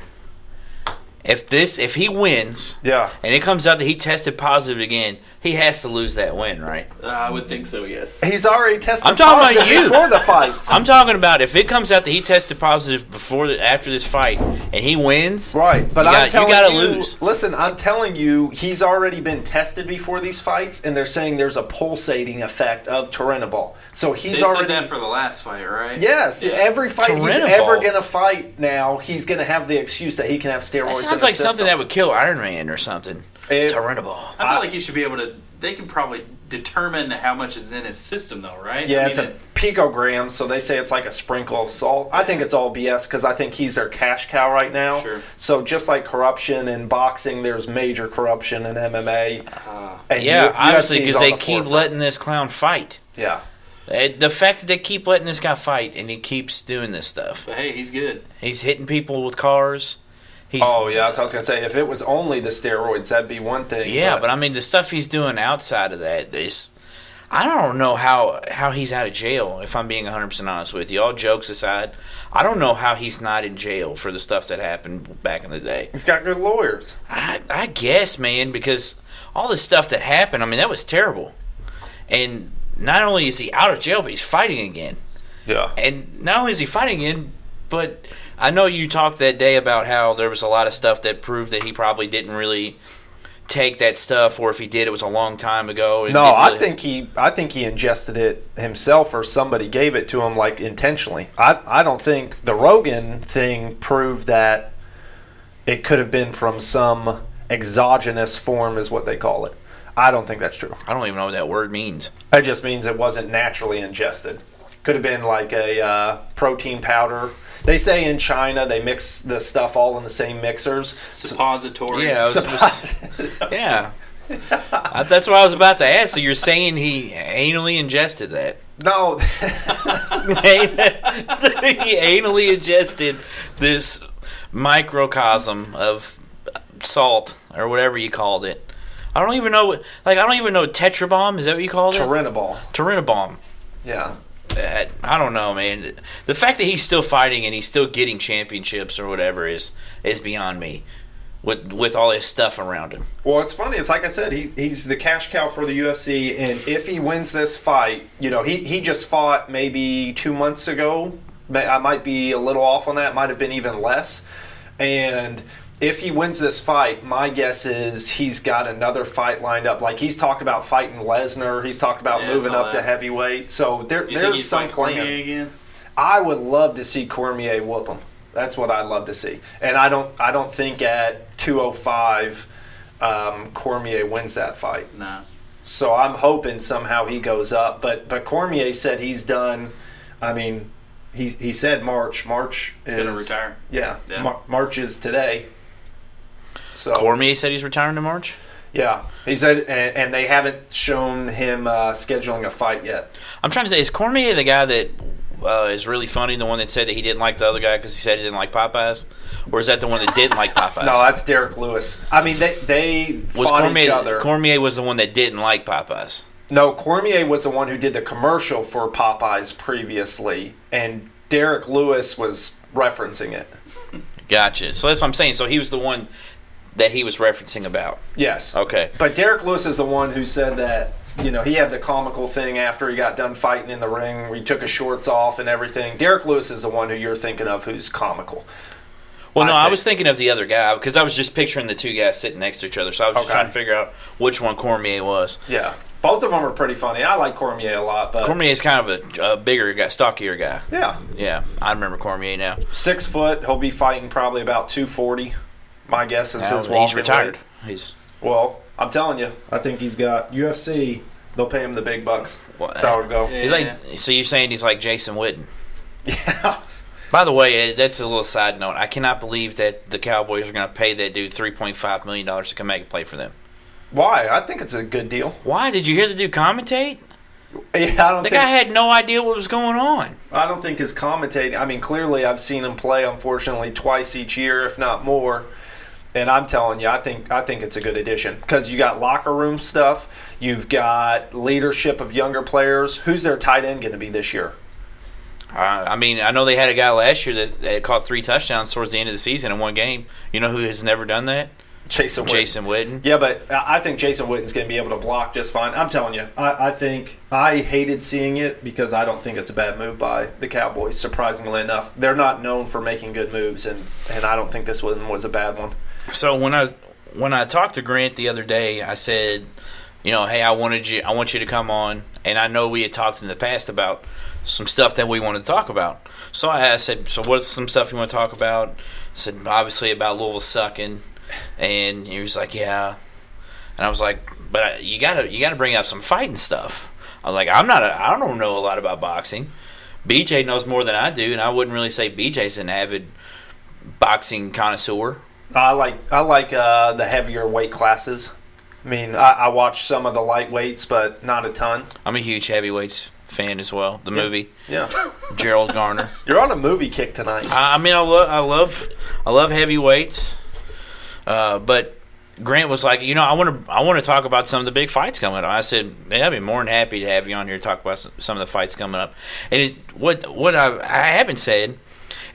S1: If this, if he wins,
S3: Yeah.
S1: and it comes out that he tested positive again, he has to lose that win, right?
S2: Uh, I would think so. Yes.
S3: He's already tested
S1: I'm talking about
S3: positive
S1: you.
S3: before the fights.
S1: I'm talking about if it comes out that he tested positive before the, after this fight, and he wins.
S3: Right, but
S1: You got-
S3: I'm
S1: you
S3: telling
S1: gotta lose.
S3: Listen, I'm telling you, he's already been tested before these fights, and they're saying there's a pulsating effect of Terenobol. So
S2: they
S3: he's
S2: said
S3: already.
S2: that for the last fight, right?
S3: Yes, every fight he's
S1: Terenobol.
S3: ever gonna fight now, he's gonna have the excuse that he can have steroids.
S1: That
S3: in
S1: sounds
S3: the
S1: like something
S3: system.
S1: that would kill Iron Man or something.
S3: It-
S1: Tyranobol.
S2: I feel like you should be able to. They can probably determine how much is in his system, though, right?
S3: Yeah,
S2: I mean,
S3: it's a
S2: it-
S3: picogram, so they say it's like a sprinkle of salt. I think it's all BS because I think he's their cash cow right now.
S2: Sure.
S3: So just like corruption in boxing, there's major corruption in MMA.
S2: uh,
S3: And
S1: Uh-huh. Yeah,
S3: U-
S1: obviously,
S3: UFC 's
S1: because
S3: on
S1: they
S3: the
S1: keep
S3: forefront.
S1: letting this clown fight.
S3: Yeah.
S1: Uh, The fact that they keep letting this guy fight and he keeps doing this stuff.
S2: but hey, he's good.
S1: He's hitting people with cars. He's
S3: Oh yeah, that's what I was gonna say. If it was only the steroids, that'd be one thing.
S1: yeah, but, I mean the stuff he's doing outside of that is I don't know how how he's out of jail if I'm being 100% honest with you. All jokes aside, I don't know how he's not in jail for the stuff that happened back in the day.
S3: he's got good lawyers.
S1: I, I guess, man, because all the stuff that happened, I mean, that was terrible. And not only is he out of jail, but he's fighting again.
S3: Yeah.
S1: And not only is he fighting again, but I know you talked that day about how there was a lot of stuff that proved that he probably didn't really take that stuff, or if he did, it was a long time ago. and
S3: No,
S1: didn't
S3: I
S1: really-
S3: think he I think he ingested it himself or somebody gave it to him like intentionally. I I don't think the Rogan thing proved that it could have been from some exogenous form is what they call it. I don't think that's true.
S1: I don't even know what that word means.
S3: It just means it wasn't naturally ingested. Could have been like a uh, protein powder. They say in China they mix the stuff all in the same mixers.
S2: Suppository.
S1: Yeah, I was just- yeah. I- that's what I was about to ask. So you're saying he anally ingested that?
S3: No,
S1: he anally ingested this microcosm of salt or whatever you called it. I don't even know. what- Like I don't even know Tetra bomb. Is that what you called it?
S3: Terenobol.
S1: Terenobomb.
S3: Yeah.
S1: Uh, I don't know, man. The fact that he's still fighting and he's still getting championships or whatever is is beyond me. With with all his stuff around him.
S3: Well, it's funny. It's like I said, he, he's the cash cow for the UFC, and if he wins this fight, you know, he, he just fought maybe two months ago. May- I might be a little off on that. Might have been even less. And if he wins this fight, my guess is he's got another fight lined up. Like he's talked about fighting Lesnar. He's talked about
S2: Yeah, I
S3: moving
S2: saw
S3: up to
S2: that.
S3: heavyweight. So there,
S2: You think
S3: there's
S2: he's
S3: some
S2: like
S3: plan.
S2: Cormier again?
S3: I would love to see Cormier whoop him. That's what I love to see. And I don't I don't think at 205 um, Cormier wins that fight.
S2: Nah.
S3: So I'm hoping somehow he goes up. But but Cormier said he's done. I mean, he he said March. March
S2: He's
S3: is
S2: gonna retire.
S3: Yeah,
S2: Yeah.
S3: Mar- March is today. So
S1: Cormier said he's retiring in March.
S3: yeah, he said, and, and they haven't shown him uh, scheduling a fight yet.
S1: I'm trying to think. Is Cormier the guy that uh, is really funny? The one that said that he didn't like the other guy because he said he didn't like Popeyes, or is that the one that didn't like Popeyes?
S3: No, that's Derek Lewis. I mean, they they
S1: was
S3: fought
S1: Cormier.
S3: each other.
S1: Cormier was the one that didn't like Popeyes.
S3: No, Cormier was the one who did the commercial for Popeyes previously, and Derek Lewis was referencing it.
S1: Gotcha. So that's what I'm saying. So he was the one that he was referencing about.
S3: Yes.
S1: Okay.
S3: But Derek Lewis is the one who said that, you know, he had the comical thing after he got done fighting in the ring. We took his shorts off and everything. Derek Lewis is the one who you're thinking of who's comical.
S1: Well, no,
S3: I
S1: I
S3: think-
S1: was thinking of the other guy because I was just picturing the two guys sitting next to each other. So I was just
S3: Okay.
S1: trying to figure out which one Cormier was.
S3: Yeah. Both of them are pretty funny. I like Cormier a lot, but
S1: Cormier is kind of a, a bigger guy, stockier guy.
S3: yeah.
S1: Yeah, I remember Cormier now.
S3: Six foot, he'll be fighting probably about 240. My guess is
S1: Now
S3: his
S1: he's
S3: walking
S1: retired.
S3: weight.
S1: He's
S3: Well, I'm telling you, I think he's got UFC. They'll pay him the big bucks.
S1: Well,
S3: That's how it go.
S2: Yeah.
S1: He's like, so you're saying he's like Jason Witten? By the way, eh, that's a little side note. I cannot believe that the Cowboys are going to pay that dude three point five million dollars to come back and play for them.
S3: Why? I think it's a good deal.
S1: Why did you hear the dude commentate?
S3: Yeah, I don't
S1: The
S3: think
S1: guy had no idea what was going on.
S3: I don't think his commentating. I mean, clearly I've seen him play unfortunately twice each year, if not more. And I'm telling you, I think I think it's a good addition because you got locker room stuff, you've got leadership of younger players. Who's their tight end going to be this year?
S1: Uh, I mean, I know they had a guy last year that, that caught three touchdowns towards the end of the season in one game. You know who has never done that?
S3: Jason Witten.
S1: Jason Witten.
S3: Yeah, but I I think Jason Witten's going to be able to block just fine. I'm telling you, I, I think I hated seeing it because I don't think it's a bad move by the Cowboys. Surprisingly enough, they're not known for making good moves, and and I don't think this one was a bad one.
S1: So when I when I talked to Grant the other day, I said, you know, hey, I wanted you, I want you to come on, and I know we had talked in the past about some stuff that we wanted to talk about. So I asked, I said, so what's some stuff you want to talk about? I said obviously about Louisville sucking, and he was like, yeah, and I was like, but I, you gotta you gotta bring up some fighting stuff. I was like, I'm not, a, I don't know a lot about boxing. BJ knows more than I do, and I wouldn't really say BJ's an avid boxing connoisseur.
S3: I like I like uh, the heavier weight classes. I mean, I, I watch some of the lightweights, but not a ton.
S1: I'm a huge heavyweights fan as well. The movie
S3: Yeah,
S1: Gerald Garner.
S3: you're on a movie kick tonight.
S1: I, I mean, I, lo- I love, I love heavyweights, uh, but Grant was like, you know, I want to, I want to talk about some of the big fights coming up. I said, man, I'd be more than happy to have you on here to talk about some, some of the fights coming up. And it, what, what I, I haven't said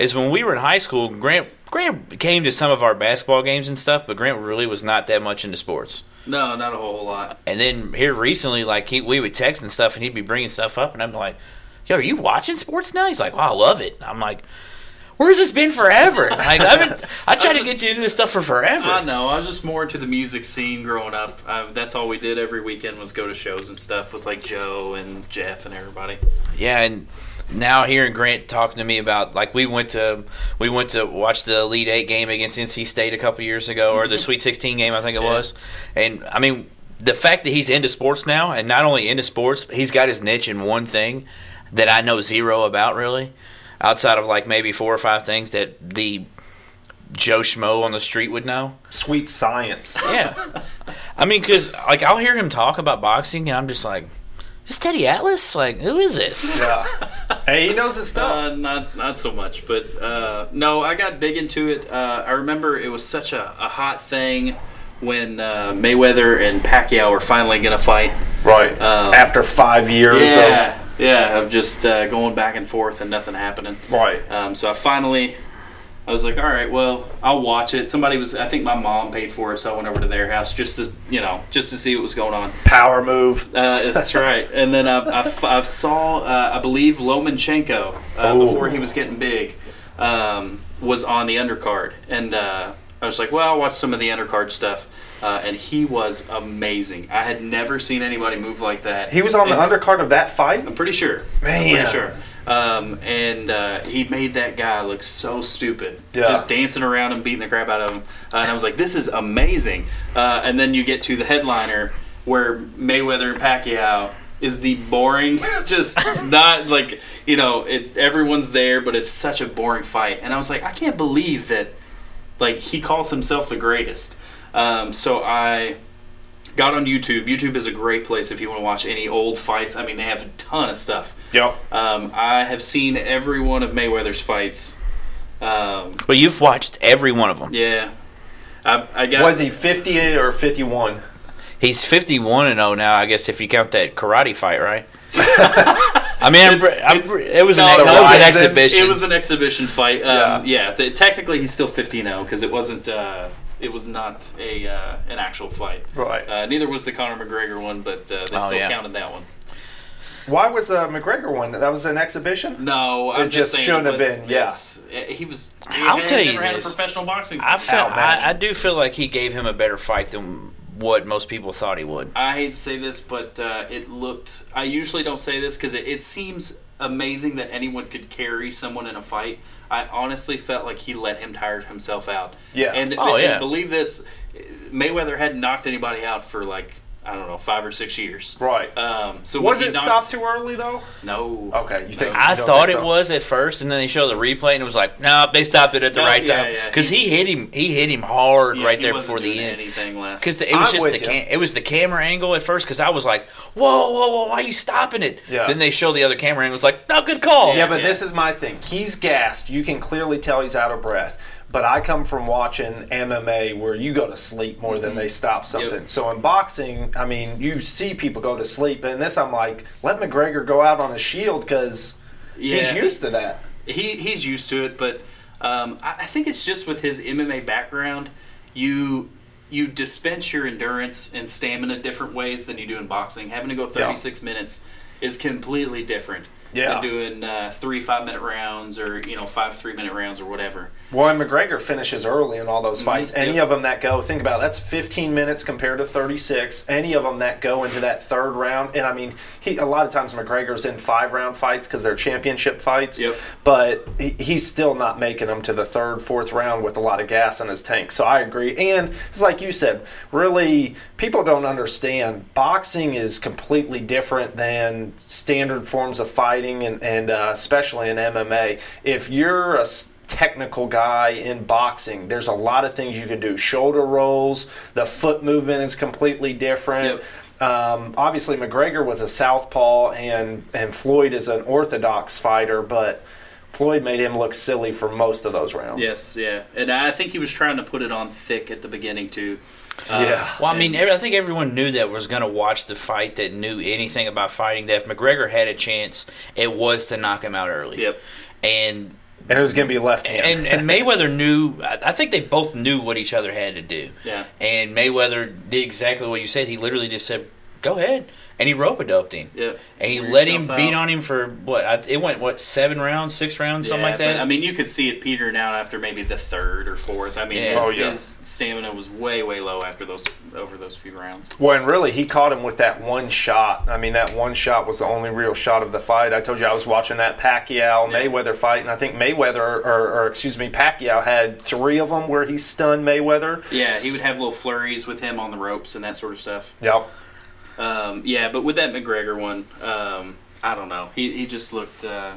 S1: is when we were in high school, Grant, Grant came to some of our basketball games and stuff, but Grant really was not that much into sports.
S2: No, not a whole lot.
S1: And then here recently, like he, we would text and stuff, and he'd be bringing stuff up, and I'm like, "Yo, are you watching sports now?" He's like, "Wow, I love it." I'm like, "Where's this been forever?" Like I've been, I tried to get you into this stuff for
S2: I
S1: forever.
S2: know. I was just more into the music scene growing up. I, that's all we did every weekend was go to shows and stuff with like Joe and Jeff and everybody.
S1: Yeah, and now hearing Grant talking to me about like we went to we went to watch the Elite Eight game against NC State a couple years ago, or the Sweet Sixteen game, I think it
S2: Yeah.
S1: was, and I mean. The fact that he's into sports now, and not only into sports, he's got his niche in one thing that I know zero about, really. outside of like maybe four or five things that the Joe Schmo on the street would know.
S3: Sweet science.
S1: Yeah, I mean, because like I'll hear him talk about boxing, and I'm just like, is this Teddy Atlas? Like, who is this?
S3: Yeah. hey, he knows his stuff.
S2: Uh, not not so much, but uh, no, I got big into it. Uh, I remember it was such a, a hot thing when uh, Mayweather and Pacquiao were finally gonna fight.
S3: right.
S2: um,
S3: After five years
S2: Yeah, yeah, of just uh, going back and forth and nothing happening.
S3: of right.
S2: Um, so I finally, I was like, all right, well, I'll watch it. Somebody was, I think my mom paid for it, so I went over to their house just to, you know, just to see what was going on.
S3: Power move.
S2: Uh, that's right. And then uh, I, I, I saw, uh, I believe Lomachenko uh,
S3: Ooh.
S2: before he was getting big um, was on the undercard, and uh, I was like, well, I'll watch some of the undercard stuff. Uh, and he was amazing. I had never seen anybody move like that.
S3: He was on the
S2: And-
S3: undercard of that fight.
S2: I'm pretty sure.
S3: Man.
S2: I'm pretty sure. Um, and uh, he made that guy look so stupid,
S3: Yeah.
S2: just dancing around and beating the crap out of him. Uh, and I was like, "This is amazing." Uh, and then you get to the headliner where Mayweather and Pacquiao is the boring, just not like you know, it's everyone's there, but it's such a boring fight. And I was like, I can't believe that, like he calls himself the greatest. Um, so I got on YouTube. YouTube is a great place if you want to watch any old fights. I mean, they have a ton of stuff.
S3: Yep.
S2: Um, I have seen every one of Mayweather's fights. Um,
S1: Well, you've watched every one of them.
S2: yeah, I, I got.
S3: Was he 50 or 51?
S1: He's 51 and 0 now, I guess, if you count that karate fight, right? I mean, I'm,
S2: It's-
S1: I'm,
S2: it's-
S1: it was
S2: no,
S1: an, no, it was an
S3: Horizon.
S1: exhibition.
S2: It was an exhibition fight. Um, yeah. th- technically he's still 15-0 because it wasn't. Uh, it was not a uh, an actual fight.
S3: Right.
S2: Uh, neither was the Conor McGregor one, but uh, they
S1: Oh,
S2: still
S1: yeah.
S2: counted that one.
S3: Why was the McGregor one? That was an exhibition.
S2: No, I'm
S3: It
S2: just,
S3: just
S2: saying.
S3: shouldn't
S2: it
S3: have
S2: was-
S3: been, yeah.
S2: it's- eh, he was. He
S1: I'll
S2: had
S1: tell you
S2: never had a
S1: this.
S2: professional boxing.
S1: I felt,
S3: Imagine.
S1: I, I do feel like he gave him a better fight than what most people thought he would.
S2: I hate to say this, but uh, it looked. I usually don't say this because it, it seems amazing that anyone could carry someone in a fight. I honestly felt like he let him tire himself out.
S3: Yeah.
S2: And,
S1: Oh,
S2: and
S1: yeah.
S2: believe this, Mayweather hadn't knocked anybody out for like I don't know five or six years.
S3: Right. Uh,
S2: Um. So
S3: was
S2: when
S3: it
S2: he knocked,
S3: stopped too early though?
S2: No.
S3: Okay, you think-
S2: No.
S1: I
S3: don't
S1: thought
S3: think
S1: it
S3: so.
S1: was at first, and then they show the replay, and it was like, no, they stopped it at the
S2: No,
S1: right
S2: yeah,
S1: time
S2: yeah.
S1: because he hit him. He hit him hard
S2: Yeah,
S1: right
S2: he
S1: there
S2: wasn't
S1: before the
S2: doing
S1: end.
S2: Anything left.
S1: Because it was
S3: I'm
S1: just the
S3: with
S1: cam-
S3: you.
S1: it was the camera angle at first. Because I was like, whoa, whoa, whoa, why are you stopping it?
S3: Yeah.
S1: Then they show the other camera and it was like, no, good call.
S3: Yeah, but
S2: Yeah.
S3: this is my thing. He's gassed. You can clearly tell he's out of breath. But I come from watching MMA where you go to sleep more than they stop something.
S2: Yep.
S3: So in boxing, I mean, you see people go to sleep. But in this, I'm like, let McGregor go out on a shield because
S2: Yeah.
S3: He's used to that.
S2: he he's used to it, but um, I, I think it's just with his MMA background, you you dispense your endurance and stamina different ways than you do in boxing. Having to go 36 minutes is completely different
S3: Yeah.
S2: than doing uh, three five minute rounds or you know five three minute rounds or whatever.
S3: Warren McGregor finishes early in all those fights.
S2: Mhm,
S3: Any
S2: yep.
S3: of them that go, think about it, that's 15 minutes compared to 36. Any of them that go into that third round, and I mean, he a lot of times McGregor's in five round fights because they're championship fights.
S2: Yep.
S3: But he, he's still not making them to the third, fourth round with a lot of gas in his tank. So I agree. And it's like you said, really, people don't understand boxing is completely different than standard forms of fighting, and, and uh, especially in MMA. If you're a s- technical guy in boxing. There's a lot of things you can do. Shoulder rolls, the foot movement is completely different. Um, obviously, McGregor was a southpaw, and and Floyd is an orthodox fighter, but Floyd made him look silly for most of those rounds.
S2: Yes, yeah, and I think he was trying to put it on thick at the beginning too. Uh,
S3: Yeah.
S1: Well, I mean, every- I think everyone knew that was going to watch the fight that knew anything about fighting. That if McGregor had a chance, it was to knock him out early.
S2: Yep.
S1: And
S3: And it was going to be left hand.
S1: and, and Mayweather knew. I I think they both knew what each other had to do.
S2: Yeah.
S1: And Mayweather did exactly what you said. He literally just said, "Go ahead," and he rope a doped him.
S2: Yep.
S1: And he
S2: Wear
S1: let
S2: yourself
S1: him
S2: out.
S1: beat on him for what? I, it went what seven rounds, six rounds, something
S2: Yeah,
S1: like
S2: but,
S1: that.
S2: I mean, you could see it peter now after maybe the third or fourth. I mean,
S1: Yeah.
S2: his,
S3: Oh, yeah.
S2: his stamina was way, way low after those over those few rounds.
S3: Well, and really, he caught him with that one shot. I mean, that one shot was the only real shot of the fight. I told you I was watching that Pacquiao Mayweather fight, and I think Mayweather, or, or excuse me, Pacquiao had three of them where he stunned Mayweather.
S2: Yeah, he would have little flurries with him on the ropes and that sort of stuff.
S3: Yep.
S2: Um, yeah, but with that McGregor one, um, I don't know. He he just looked. Uh,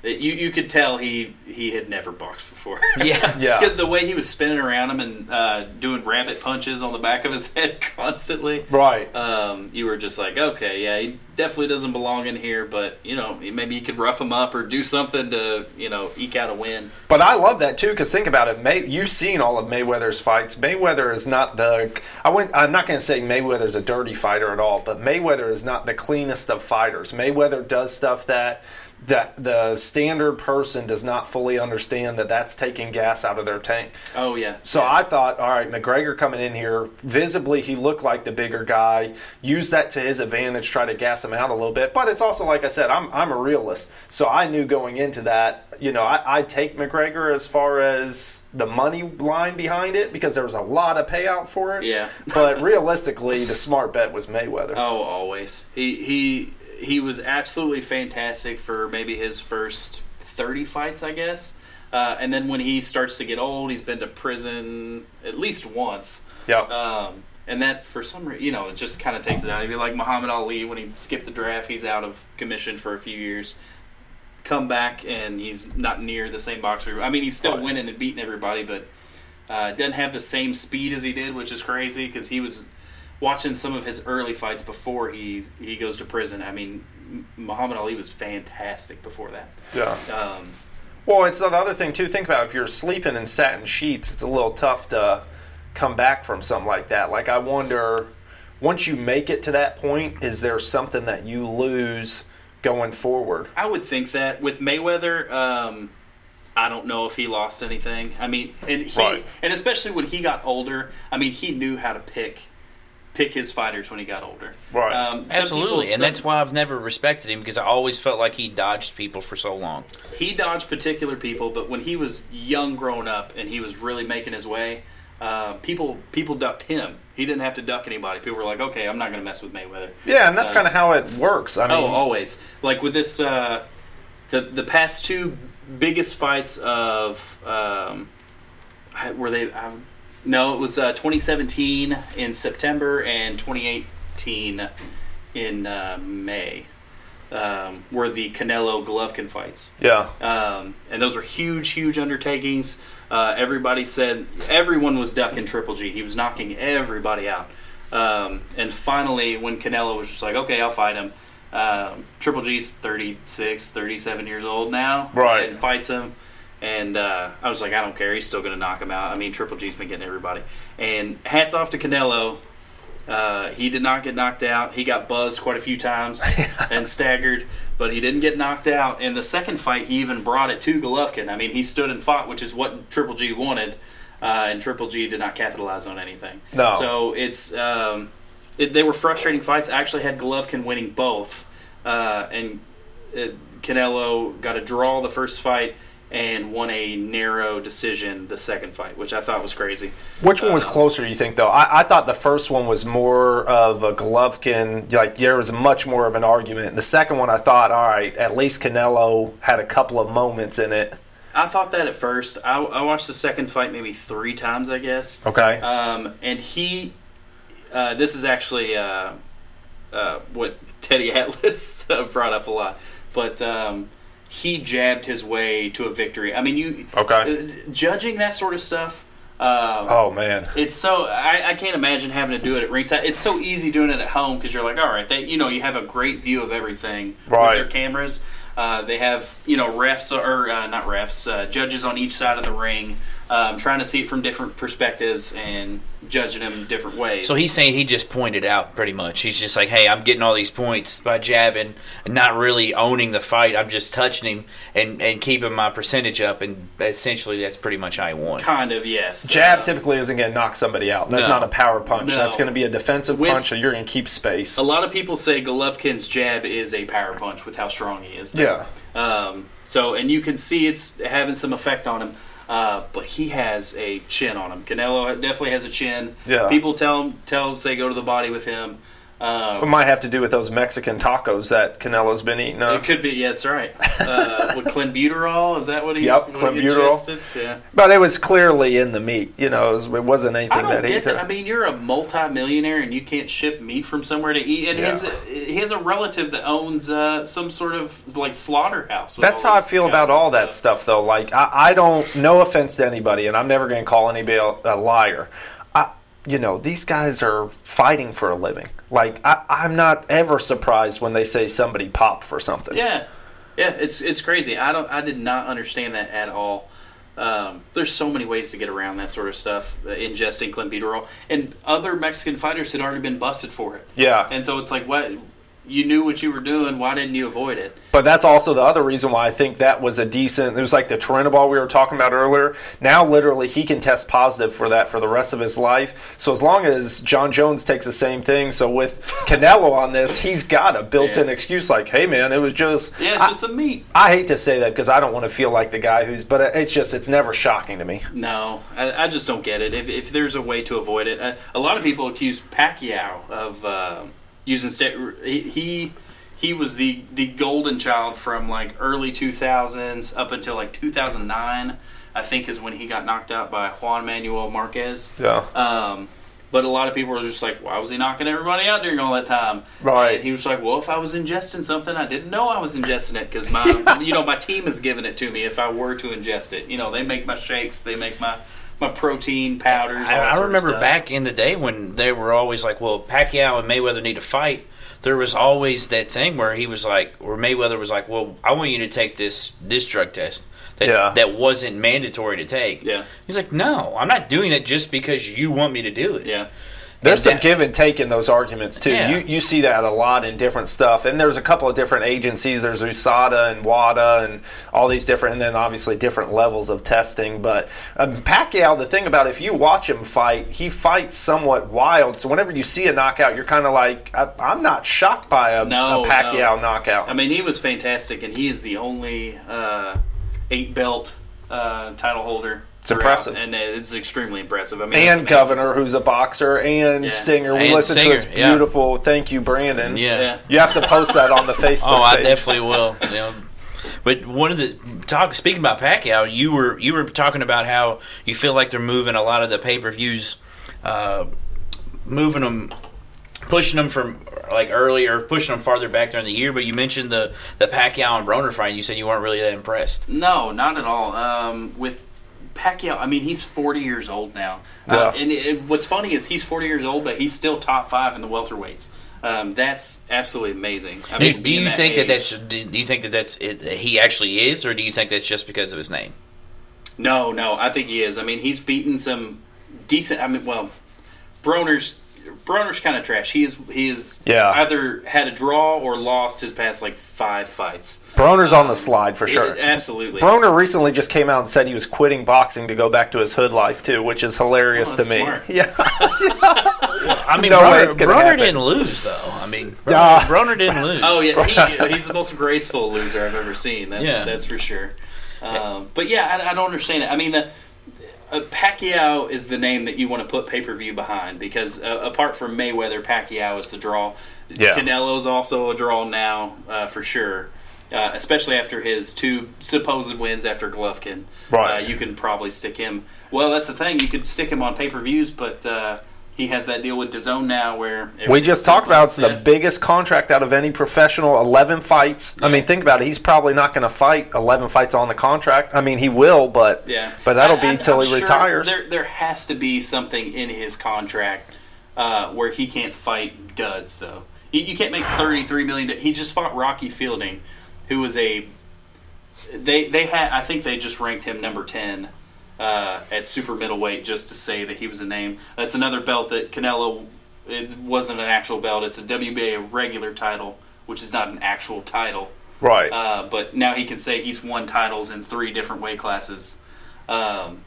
S2: it- you you could tell he he had never boxed before.
S1: yeah.
S3: Yeah.
S2: 'Cause the way he was spinning around him and uh, doing rabbit punches on the back of his head constantly.
S3: Right.
S2: um, you were just like, okay, yeah, he definitely doesn't belong in here, but you know, maybe you could rough him up or do something to, you know, eke out a win.
S3: But I love that too because think about it. May, you've seen all of Mayweather's fights. Mayweather is not the. I went, I'm not going to say Mayweather's a dirty fighter at all, but Mayweather is not the cleanest of fighters. Mayweather does stuff that that the standard person does not fully understand that that's taking gas out of their tank.
S2: Oh yeah.
S3: So I thought, all right, McGregor coming in here, visibly he looked like the bigger guy. Use that to his advantage, try to gas him out a little bit. But it's also like I said, I'm I'm a realist, so I knew going into that, you know, I, I take McGregor as far as the money line behind it because there was a lot of payout for it.
S2: Yeah.
S3: but realistically, the smart bet was Mayweather.
S2: Oh, always. He he he was absolutely fantastic for maybe his first thirty fights, I guess. Uh, and then when he starts to get old, he's been to prison at least once.
S3: yeah.
S2: Um, and that, for some reason, you know, it just kind of takes it out of you. Like Muhammad Ali, when he skipped the draft, he's out of commission for a few years. Come back, and he's not near the same boxer. I mean, he's still
S3: Right.
S2: winning and beating everybody, but uh, doesn't have the same speed as he did, which is crazy because he was watching some of his early fights before he he goes to prison. I mean, M- Muhammad Ali was fantastic before that.
S3: yeah.
S2: Um,
S3: Well, it's the other thing too. Think about it. if you're sleeping in satin sheets, it's a little tough to come back from something like that. Like I wonder, once you make it to that point, is there something that you lose going forward?
S2: I would think that with Mayweather, um, I don't know if he lost anything. I mean, and he,
S3: Right.
S2: and especially when he got older, I mean, he knew how to pick pick his fighters when he got older.
S3: Right.
S2: Um, some
S1: Absolutely,
S2: people-
S1: and that's why I've never respected him because I always felt like he dodged people for so long.
S2: he dodged particular people, but when he was young, growing up, and he was really making his way, uh, people people ducked him. He didn't have to duck anybody. People were like, okay, I'm not going to mess with Mayweather.
S3: Yeah, and that's kind of how it works. I mean,
S2: Uh, Oh, always. Like with this, uh, the the past two biggest fights of um, I- were they? Um, no, it was uh, 2017 in September and 2018 in uh, May. Um, were the Canelo Golovkin fights?
S3: yeah,
S2: Um, and those were huge, huge undertakings. Uh, everybody said everyone was ducking Triple G. He was knocking everybody out. Um, and finally, when Canelo was just like, okay, I'll fight him, um, Triple G's 36, 37 years old now.
S3: Right.
S2: And fights him. And uh, I was like, I don't care. He's still going to knock him out. I mean, Triple G's been getting everybody. And hats off to Canelo Uh, he did not get knocked out. He got buzzed quite a few times and staggered, but he didn't get knocked out. In the second fight, he even brought it to Golovkin. I mean, he stood and fought, which is what Triple G wanted, uh, and Triple G did not capitalize on anything.
S3: No.
S2: So it's um, it, they were frustrating fights. I actually had Golovkin winning both, uh, and uh Canelo got a draw the first fight. And won a narrow decision the second fight, which I thought was crazy.
S3: Which one was closer, you think, though? I, I thought the first one was more of a Golovkin, like, there was much more of an argument. The second one, I thought, all right, at least Canelo had a couple of moments in it.
S2: I thought that at first. I, I watched the second fight maybe three times, I guess.
S3: Okay.
S2: Um, and he, uh, this is actually uh, uh, what Teddy Atlas uh, brought up a lot, but um, he jabbed his way to a victory. I mean, you
S3: Okay.
S2: uh, judging that sort of stuff. Um,
S3: oh, man.
S2: it's so I, I can't imagine having to do it at ringside. It's so easy doing it at home because you're like, all right, they, you know, you have a great view of everything
S3: Right.
S2: with their cameras. Uh, they have you know refs or uh, not refs, uh, judges on each side of the ring, um, trying to see it from different perspectives and judging them different ways.
S1: So he's saying he just pointed out pretty much. He's just like, "Hey, I'm getting all these points by jabbing and not really owning the fight. I'm just touching him and and keeping my percentage up." And essentially, that's pretty much how he won.
S2: kind of yes
S3: Jab
S2: Uh,
S3: typically isn't going to knock somebody out. That's
S1: No.
S3: not a power punch.
S2: No.
S3: That's going to be a defensive
S2: With-
S3: punch, so you're going to keep space.
S2: A lot of people say Golovkin's jab is a power punch with how strong he is.
S3: Yeah.
S2: Um, so, and you can see it's having some effect on him, uh, but he has a chin on him. Canelo definitely has a chin.
S3: Yeah.
S2: People tell him, tell him, say go to the body with him. Uh,
S3: It might have to do with those Mexican tacos that Canelo's been eating. Up.
S2: it could be, yeah, that's right. Uh, with clenbuterol, is that what he?
S3: Yep,
S2: what he
S3: clenbuterol.
S2: ingested? Yeah.
S3: But it was clearly in the meat. You know, it, was, it wasn't anything
S2: I don't
S3: that
S2: get
S3: either.
S2: that. I mean, you're a multi-millionaire and you can't ship meat from somewhere to eat. And
S3: Yeah.
S2: his, he has a relative that owns uh, some sort of like slaughterhouse. with
S3: That's
S2: all
S3: how I
S2: this
S3: feel
S2: guys
S3: about
S2: and
S3: all that stuff, though. Like, I, I don't, no offense to anybody, and I'm never going to call anybody a a liar. I, you know, these guys are fighting for a living. Like, I, I'm not ever surprised when they say somebody popped for something.
S2: Yeah, yeah, it's it's crazy. I don't, I did not understand that at all. Um, there's so many ways to get around that sort of stuff, uh, ingesting clenbuterol, and other Mexican fighters had already been busted for it.
S3: Yeah.
S2: and so it's like, what? You knew what you were doing. Why didn't you avoid it?
S3: But that's also the other reason why I think that was a decent. It was like the Torinabol we were talking about earlier. Now, literally, he can test positive for that for the rest of his life. So as long as John Jones takes the same thing, so with Canelo on this, he's got a built-in
S2: Yeah.
S3: excuse. Like, hey, man, it was just.
S2: Yeah, it's
S3: I-
S2: just the meat.
S3: I hate to say that because I don't want to feel like the guy who's, but it's just, it's never shocking to me.
S2: No, I, I just don't get it. If, if there's a way to avoid it, uh, a lot of people accuse Pacquiao of uh, using sta- he, he he was the the golden child from like early 2000s up until like 2009. I think is when he got knocked out by Juan Manuel Marquez.
S3: Yeah.
S2: Um, but a lot of people are just like, why was he knocking everybody out during all that time?
S3: Right.
S2: And he was like, well, if I was ingesting something, I didn't know I was ingesting it because my, you know, my team is giving it to me if I were to ingest it. You know, they make my shakes, they make my my protein powders. all
S1: I,
S2: that
S1: I
S2: sort of
S1: remember
S2: stuff.
S1: back in the day when they were always like, "Well, Pacquiao and Mayweather need to fight." There was always that thing where he was like, or Mayweather was like, "Well, I want you to take this this drug test that
S3: Yeah.
S1: that wasn't mandatory to take."
S2: Yeah.
S1: he's like, "No, I'm not doing that just because you want me to do it."
S2: Yeah.
S3: There's some
S1: that-
S3: give and take in those arguments too.
S1: Yeah.
S3: You you see that a lot in different stuff. And there's a couple of different agencies. There's USADA and WADA and all these different, and then obviously different levels of testing. But um, Pacquiao, the thing about if you watch him fight, he fights somewhat wild. So whenever you see a knockout, you're kind of like, I, I'm not shocked by a,
S2: No,
S3: a Pacquiao
S2: no.
S3: knockout.
S2: I mean, he was fantastic, and he is the only uh, eight belt uh, title holder. It's
S3: impressive.
S2: and it's extremely impressive. I mean,
S3: and
S2: it's amazing.
S3: Governor, who's a boxer, and
S2: Yeah.
S3: Singer. We
S1: And
S3: listened
S1: Singer,
S3: to his
S1: yeah.
S3: beautiful "Thank You, Brandon."
S1: yeah.
S2: Yeah.
S3: You have to post that on the Facebook.
S1: Oh, I
S3: page.
S1: definitely will. You know. But one of the talk speaking about Pacquiao, you were you were talking about how you feel like they're moving a lot of the pay per views, uh, moving them, pushing them from like earlier, pushing them farther back during the year. But you mentioned the the Pacquiao and Broner fight. And you said you weren't really that impressed.
S2: No, not at all. Um, with Pacquiao, I mean, he's 40 years old now. Uh,
S3: Yeah.
S2: and it, it- what's funny is he's 40 years old, but he's still top five in the welterweights. Um, that's absolutely amazing. I
S1: Do,
S2: mean,
S1: do
S2: being
S1: you think that
S2: age-
S1: that's do do you think that that's it, that he actually is, or do you think that's just because of his name?
S2: No, no, I think he is. I mean, he's beaten some decent. I mean, well, Broner's Broner's kind of trash. He is he is
S3: Yeah.
S2: either had a draw or lost his past like five fights.
S3: Broner's on the slide for sure.
S2: It- absolutely.
S3: Broner recently just came out and said he was quitting boxing to go back to his hood life too, which is hilarious
S2: Oh, that's
S3: to me.
S2: smart.
S3: Yeah,
S1: I mean,
S3: no way
S1: Broner,
S3: it's gonna
S1: Broner
S3: happen.
S1: didn't lose though. I mean, Broner,
S3: Ah.
S1: Broner didn't lose.
S2: Oh yeah, he, he's the most graceful loser I've ever seen. That's
S1: Yeah.
S2: that's for sure. Um, but yeah, I, I don't understand it. I mean, the, uh, Pacquiao is the name that you want to put pay per view behind because uh, apart from Mayweather, Pacquiao is the draw.
S3: Yeah.
S2: Canelo's also a draw now uh, for sure. Uh, especially after his two supposed wins after Golovkin,
S3: Right.
S2: Uh, you can probably stick him. Well, that's the thing; you could stick him on pay-per-views, but uh, he has that deal with DAZN now, where
S3: we just talked about it's the
S2: Yeah.
S3: biggest contract out of any professional. Eleven fights. I mean, think about it. He's probably not going to fight eleven fights on the contract. I mean, he will, but
S2: Yeah,
S3: but that'll
S2: I-
S3: be
S2: I'm-
S3: till
S2: I'm
S3: he
S2: sure
S3: retires.
S2: There, there has to be something in his contract uh, where he can't fight duds, though. You, you can't make thirty-three million. He just fought Rocky Fielding, who was a. They they had I think they just ranked him number ten uh, at super middleweight just to say that he was a name. That's another belt that Canelo. It wasn't an actual belt. It's a WBA regular title, which is not an actual title.
S3: right.
S2: Uh, but now he can say he's won titles in three different weight classes. Um,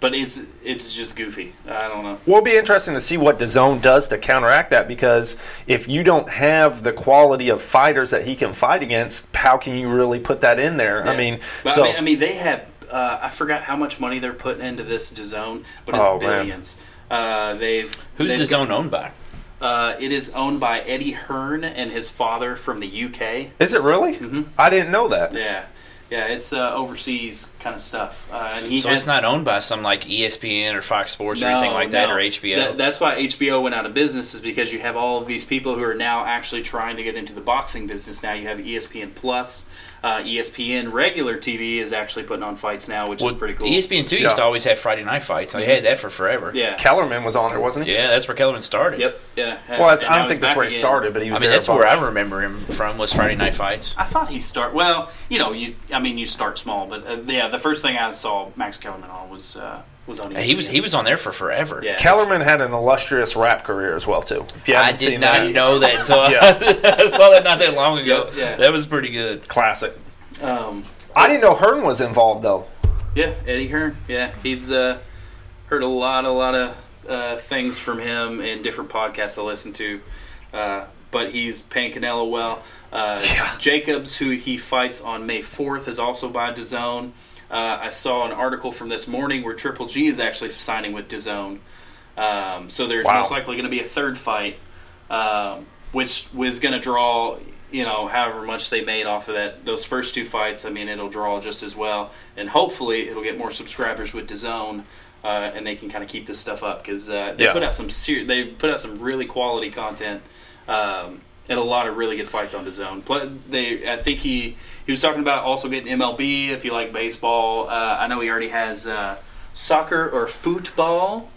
S2: but it's it's just goofy. I don't know.
S3: Well, it'll be interesting to see what DAZN does to counteract that because if you don't have the quality of fighters that he can fight against, how can you really put that in there? I mean,
S2: But
S3: so
S2: I mean, I mean, they have. Uh, I forgot how much money they're putting into this DAZN, but it's
S3: Oh, man.
S2: billions. Uh, they've
S1: Who's
S2: they've-
S1: the zone owned by?
S2: Uh, it is owned by Eddie Hearn and his father from the UK.
S3: is it really? I didn't know that.
S2: Mm-hmm. Yeah, yeah, it's uh, overseas kind of stuff. Uh, and he
S1: So
S2: has,
S1: it's not owned by some like E ESPN or Fox Sports or anything like that
S2: no.
S1: or HBO.
S2: That- that's why HBO went out of business is because you have all of these people who are now actually trying to get into the boxing business. Now you have E ESPN Plus, uh, ESPN regular TV is actually putting on fights now, which
S1: Well, E
S2: is pretty cool. Mm-hmm.
S1: ESPN two used to
S3: Yeah.
S1: always have Friday night fights. They had that for forever.
S2: yeah,
S3: Kellerman was on there, wasn't he?
S1: yeah, that's where Kellerman started.
S2: yep, yeah.
S3: Well, I,
S2: And
S3: I
S2: now
S3: don't
S2: he's
S3: think that's
S2: back
S3: where he
S2: again.
S3: started, but he
S1: I
S3: was
S1: mean
S3: there.
S1: that's where
S3: I
S1: I remember him from was Friday night fights.
S2: I thought he start. Well, you know, you. I mean, you start small, but uh, yeah, the first thing I saw Max Kellerman on was uh, was on. ESPN.
S1: He was he was on there for forever.
S2: Yeah.
S3: Kellerman had an illustrious rap career as well, too. If you
S1: I
S3: haven't
S1: did
S3: seen
S1: not
S3: that,
S1: know that until I- I, saw that not that long ago.
S2: Yeah.
S1: That was pretty good.
S3: classic.
S2: Um,
S3: I didn't know Hearn was involved though.
S2: Yeah, Eddie Hearn. Yeah, he's uh, heard a lot, a lot of uh, things from him in different podcasts I listen to. Uh, but he's paying Canelo well. Uh,
S3: Yeah.
S2: Jacobs, who he fights on May 4th, is also by DAZN. Uh, I saw an article from this morning where Triple G is actually signing with DAZN. Um, so there's
S3: Wow.
S2: most likely going to be a third fight, um, which was going to draw, you know, however much they made off of that. Those first two fights, I mean, it'll draw just as well, and hopefully it'll get more subscribers with DAZN, uh, and they can kind of keep this stuff up because uh, they
S3: Yeah.
S2: put out some ser- they put out some really quality content. Um, and a lot of really good fights on DAZN. Plus, they, I think he he was talking about also getting MLB if you like baseball. Uh, I know he already has uh, soccer or football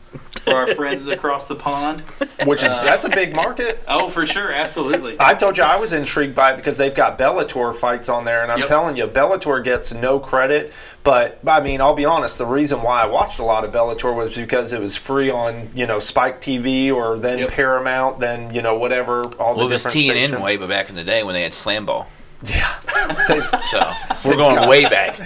S2: for our friends across the pond.
S3: Which is
S1: Uh,
S3: that's a big market.
S2: Oh, for sure, absolutely.
S3: I told you I was intrigued by it because they've got Bellator fights on there, and I'm
S2: Yep.
S3: telling you, Bellator gets no credit. But I mean, I'll be honest. The reason why I watched a lot of Bellator was because it was free on you know Spike TV or then
S2: Yep.
S3: Paramount, then you know whatever. All
S1: Well, it
S3: the
S1: was
S3: different
S1: TNN
S3: stations.
S1: way, but back in the day when they had Slam Ball.
S3: Yeah, They-
S1: So we're going way back.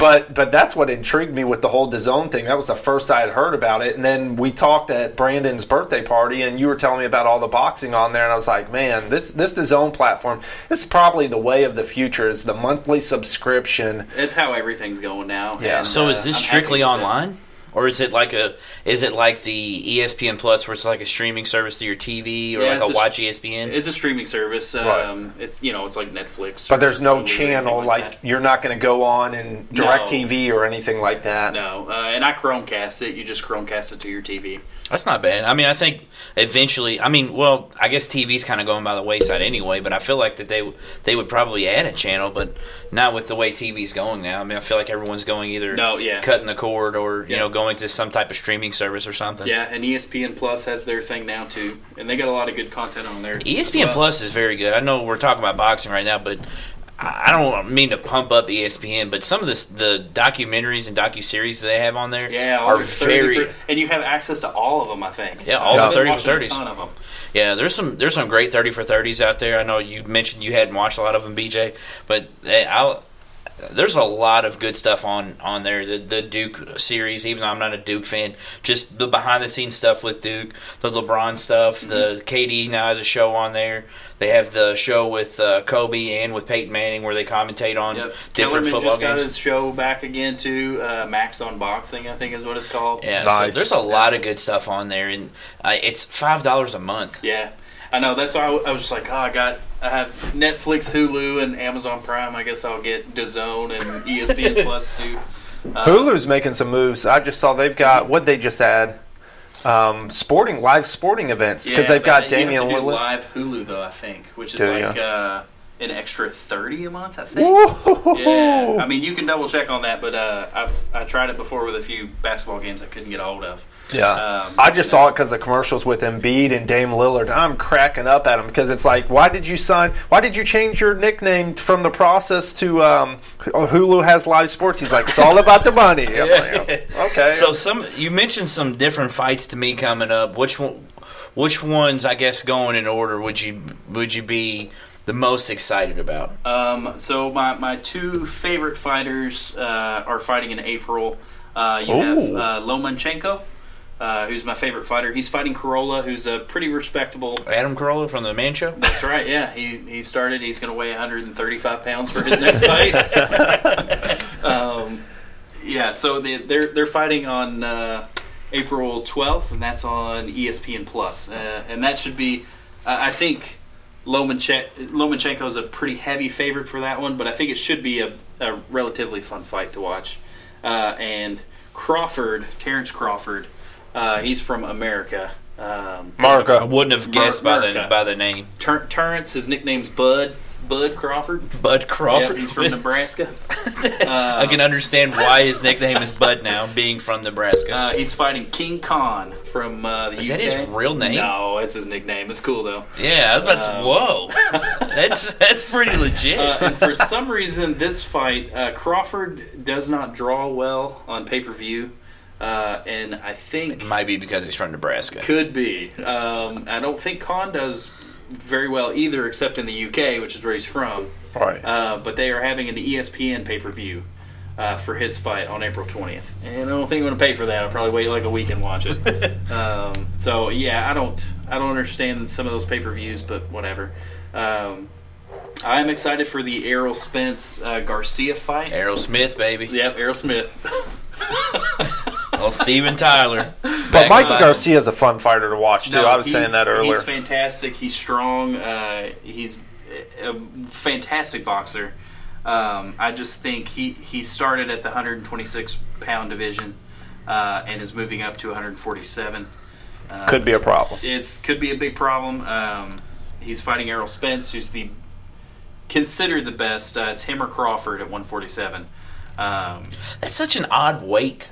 S3: but but that's what intrigued me with the whole DAZN thing. That was the first I had heard about it, and then we talked at Brandon's birthday party, and you were telling me about all the boxing on there, and I was like, man, this this DAZN platform, this is probably the way of the future. Is the monthly subscription?
S2: That's how everything's going now.
S3: Yeah.
S1: So is
S2: uh,
S1: this
S2: I'm
S1: strictly
S2: happy with it.
S1: online? Or is it like a is it like the E ESPN Plus where it's like a streaming service to your TV or
S2: Yeah,
S1: like
S2: it's
S1: a
S2: a-
S1: watch E ESPN?
S2: It's a streaming service.
S3: Right.
S2: Um, It's you know, it's like Netflix.
S3: But there's
S2: or
S3: no
S2: Hulu or
S3: channel
S2: anything
S3: like,
S2: that.
S3: you're not going to go on and direct TV or anything like that.
S2: No, uh, and I Chromecast it. You just Chromecast it to your TV.
S1: That's not bad. I mean, I think eventually. I mean, well, I guess TV's kind of going by the wayside anyway. But I feel like that they they would probably add a channel, but not with the way TV's going now. I mean, I feel like everyone's going either
S2: No, yeah.
S1: cutting the cord or you
S2: Yeah.
S1: know going to some type of streaming service or something.
S2: Yeah, and E ESPN Plus has their thing now too, and they got a lot of good content on there. as
S1: ESPN
S2: well.
S1: Plus is very good. I know we're talking about boxing right now, but I I don't mean to pump up E ESPN, but some of this, the documentaries and docuseries they have on there
S2: Yeah, all
S1: are
S2: the 30
S1: very
S2: for- and you have access to all of them. I think.
S1: Yeah, all
S3: the
S2: I've been
S1: 30 for
S2: watching a
S1: 30s.
S2: Ton of them.
S1: Yeah, there's some there's some great thirty for thirties out there. I know you mentioned you hadn't watched a lot of them, BJ, but eh, I'll, there's a lot of good stuff on on there. The, the Duke series, even though I'm not a Duke fan, just the behind the scenes stuff with Duke, the LeBron stuff, the
S2: Mm-hmm.
S1: KD now has a show on there. They have the show with uh, Kobe and with Peyton Manning where they commentate on
S2: Yep.
S1: different
S2: Kellerman
S1: football
S2: just got
S1: games.
S2: his show back again too. Uh, Max on Boxing, I think, is what it's called.
S1: yeah,
S3: Nice.
S1: so there's a lot of good stuff on there, and uh, it's five dollars a month.
S2: Yeah, I know. That's why I, w- I was just like, oh, I got, I have Netflix, Hulu, and Amazon Prime. I guess I'll get DAZN and E ESPN Plus too. Uh,
S3: Hulu's making some moves. I just saw they've got what they just add. Um, sporting live sporting events because
S2: yeah,
S3: they've
S2: but
S3: got
S2: you have to
S3: Damian
S2: do
S3: Lillard.
S2: live Hulu though, I think, which is
S3: Do
S2: like
S3: ya?
S2: uh, an extra thirty a month. I think.
S3: Woo-hoo-hoo-hoo.
S2: Yeah, I mean you can double check on that, but uh, I've I tried it before with a few basketball games I couldn't get a hold of.
S3: Yeah.
S2: Um,
S3: I just saw it because the commercials with Embiid and Dame Lillard. I'm cracking up at them because it's like, why did you sign? Why did you change your nickname from the process to um, Hulu has live sports? He's like, it's all about the money. I'm like, oh, okay.
S1: So some you mentioned some different fights to me coming up. Which one, which ones I guess going in order would you would you be the most excited about?
S2: Um, so my, my two favorite fighters uh, are fighting in April. Uh, you have
S3: Ooh.
S2: uh, Lomachenko, uh, who's my favorite fighter. He's fighting Corolla, who's a pretty respectable.
S1: Adam Carolla from the Man Show.
S2: That's right. Yeah, he, he started. He's going to weigh 135 pounds for his next fight. um, yeah, so they, they're they're fighting on uh, April 12th, and that's on ESPN Plus, uh, and that should be. I I think Lomache- Lomachenko is a pretty heavy favorite for that one, but I think it should be a, a relatively fun fight to watch. Uh, and Crawford, Terrence Crawford, uh, he's from America. Um,
S1: I wouldn't have guessed by the
S2: America.
S1: by the name
S2: Ter- Terrence, his nickname's Bud. Bud Crawford.
S1: Bud
S2: Yeah,
S1: Crawford.
S2: he's from uh, Nebraska.
S1: I can understand why his nickname is Bud now, being from Nebraska.
S2: Uh, he's fighting King Khan from uh, the
S1: Is
S2: UK.
S1: that his real name?
S2: No, it's his nickname. It's cool though.
S1: yeah, I was about to,
S2: uh,
S1: whoa, that's that's pretty legit.
S2: Uh, and for some reason, this fight uh, Crawford does not draw well on pay per view, uh, and I think
S1: Might be because he's from Nebraska.
S2: could be. Um, I don't think Khan does very well either, except in the UK, which is where he's from.
S3: Right.
S2: Uh, but they are having an ESPN pay per view uh, for his fight on April 20th. And I don't think I'm going to pay for that. I'll probably wait like a week and watch it. um, so yeah, I don't I don't understand some of those pay per views, but whatever. Um, I'm excited for the Errol Spence uh, Garcia fight.
S1: Errol Smith, baby.
S2: Yep, Errol Smith.
S1: Oh, Steven Tyler.
S3: but
S1: Back
S3: Mike
S1: with us.
S3: Garcia is a fun fighter to watch too.
S2: No,
S3: I was
S2: he's-
S3: saying that earlier.
S2: He's fantastic. He's strong. Uh, he's a a fantastic boxer. Um, I just think he, he started at the 126 pound division uh, and is moving up to 147. Uh,
S3: Could be a problem.
S2: it's could be a big problem. Um, he's fighting Errol Spence, who's the considered the best. Uh, it's him or Crawford at 147. Um,
S1: That's such an odd weight.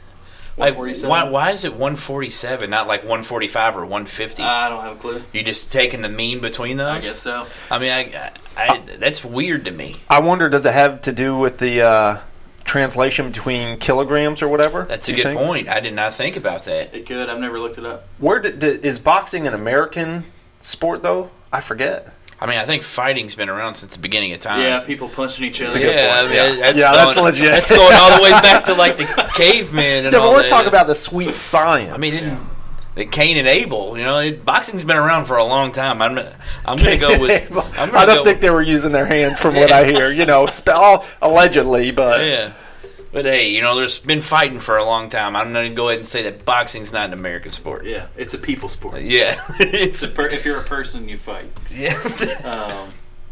S1: Like,
S2: 147?
S1: why, why is it 147, not like 145 or 150?
S2: I don't have a clue.
S1: you just taking the mean between those?
S2: Uh, I guess so.
S1: I mean, I, I, that's weird to me.
S3: I wonder, does it have to do with the uh, translation between kilograms or whatever?
S1: That's
S3: do
S1: a
S3: you
S1: good
S3: think?
S1: point. I did not think about that.
S2: It could. I've never looked it up.
S3: Where did, did, is boxing an American sport though? I forget.
S1: I mean, I think fighting's been around since the beginning of time.
S2: Yeah, people punching each other.
S3: good
S1: Yeah, I
S3: point.
S1: mean,
S3: Yeah.
S1: That's
S3: Yeah, that's
S1: going,
S3: legit.
S1: That's going all the way back to like the cavemen. And
S3: Yeah, but
S1: all
S3: we're
S1: that.
S3: talking about the sweet science.
S1: I mean, it, the Cain and Abel. You know, it, boxing's been around for a long time. I'm, I'm gonna go with. I'm gonna
S3: I don't
S1: go-
S3: think they were using their hands from what I hear. You know, sp- all allegedly, but
S1: Yeah. But hey, you know, there's been fighting for a long time. I'm going to go ahead and say that boxing's not an American sport.
S2: Yeah, it's a people sport.
S1: Yeah. it's
S2: Per- if you're a person, you fight.
S1: yeah.
S2: Um,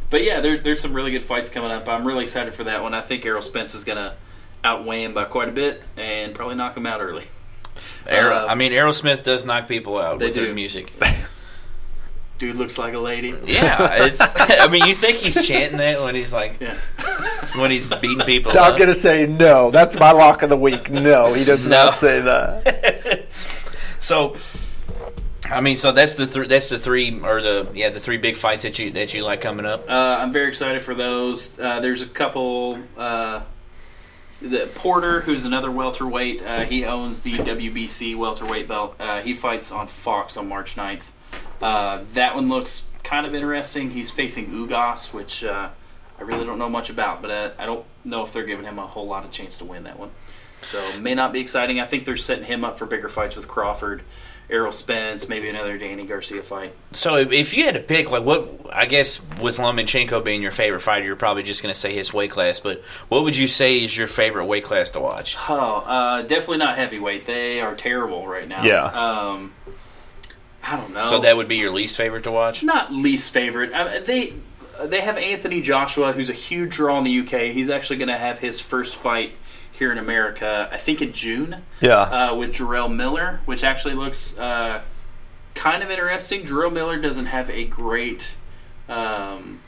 S2: but yeah, there, there's some really good fights coming up. I'm really excited for that one. I think Errol Spence is gonna outweigh him by quite a bit and probably knock him out early.
S1: Aero,
S2: Uh,
S1: I mean, Aerosmith does knock people out
S2: They
S1: with
S2: do.
S1: their music.
S2: Dude looks like a lady.
S1: Yeah, it's. I mean, you think he's chanting that when he's like
S2: Yeah.
S1: when he's beating people
S3: I'm
S1: up.
S3: gonna say no. That's my lock of the week. No, he does
S1: No.
S3: not say that.
S1: so, I mean, so that's the thr that's the three or the yeah the three big fights that you that you like coming up.
S2: Uh, I'm very excited for those. Uh, there's a couple. Uh, the Porter, who's another welterweight, uh, he owns the WBC welterweight belt. Uh, he fights on Fox on March 9th. Uh, that one looks kind of interesting. He's facing Ugas, which uh, I really don't know much about, but uh, I don't know if they're giving him a whole lot of chance to win that one. So may not be exciting. I think they're setting him up for bigger fights with Crawford, Errol Spence, maybe another Danny Garcia fight.
S1: So if, if you had to pick, like what I guess with Lomachenko being your favorite fighter, you're probably just going to say his weight class. But what would you say is your favorite weight class to watch?
S2: Oh, uh, definitely not heavyweight. They are terrible right now.
S3: Yeah.
S2: Um, I don't know.
S1: So that would be your least favorite to watch.
S2: not least favorite. I mean, they they have Anthony Joshua, who's a huge draw in the UK. He's actually going to have his first fight here in America, I think in June,
S3: Yeah.
S2: uh, with Jarrell Miller, which actually looks uh, kind of interesting. Jarrell Miller doesn't have a great um,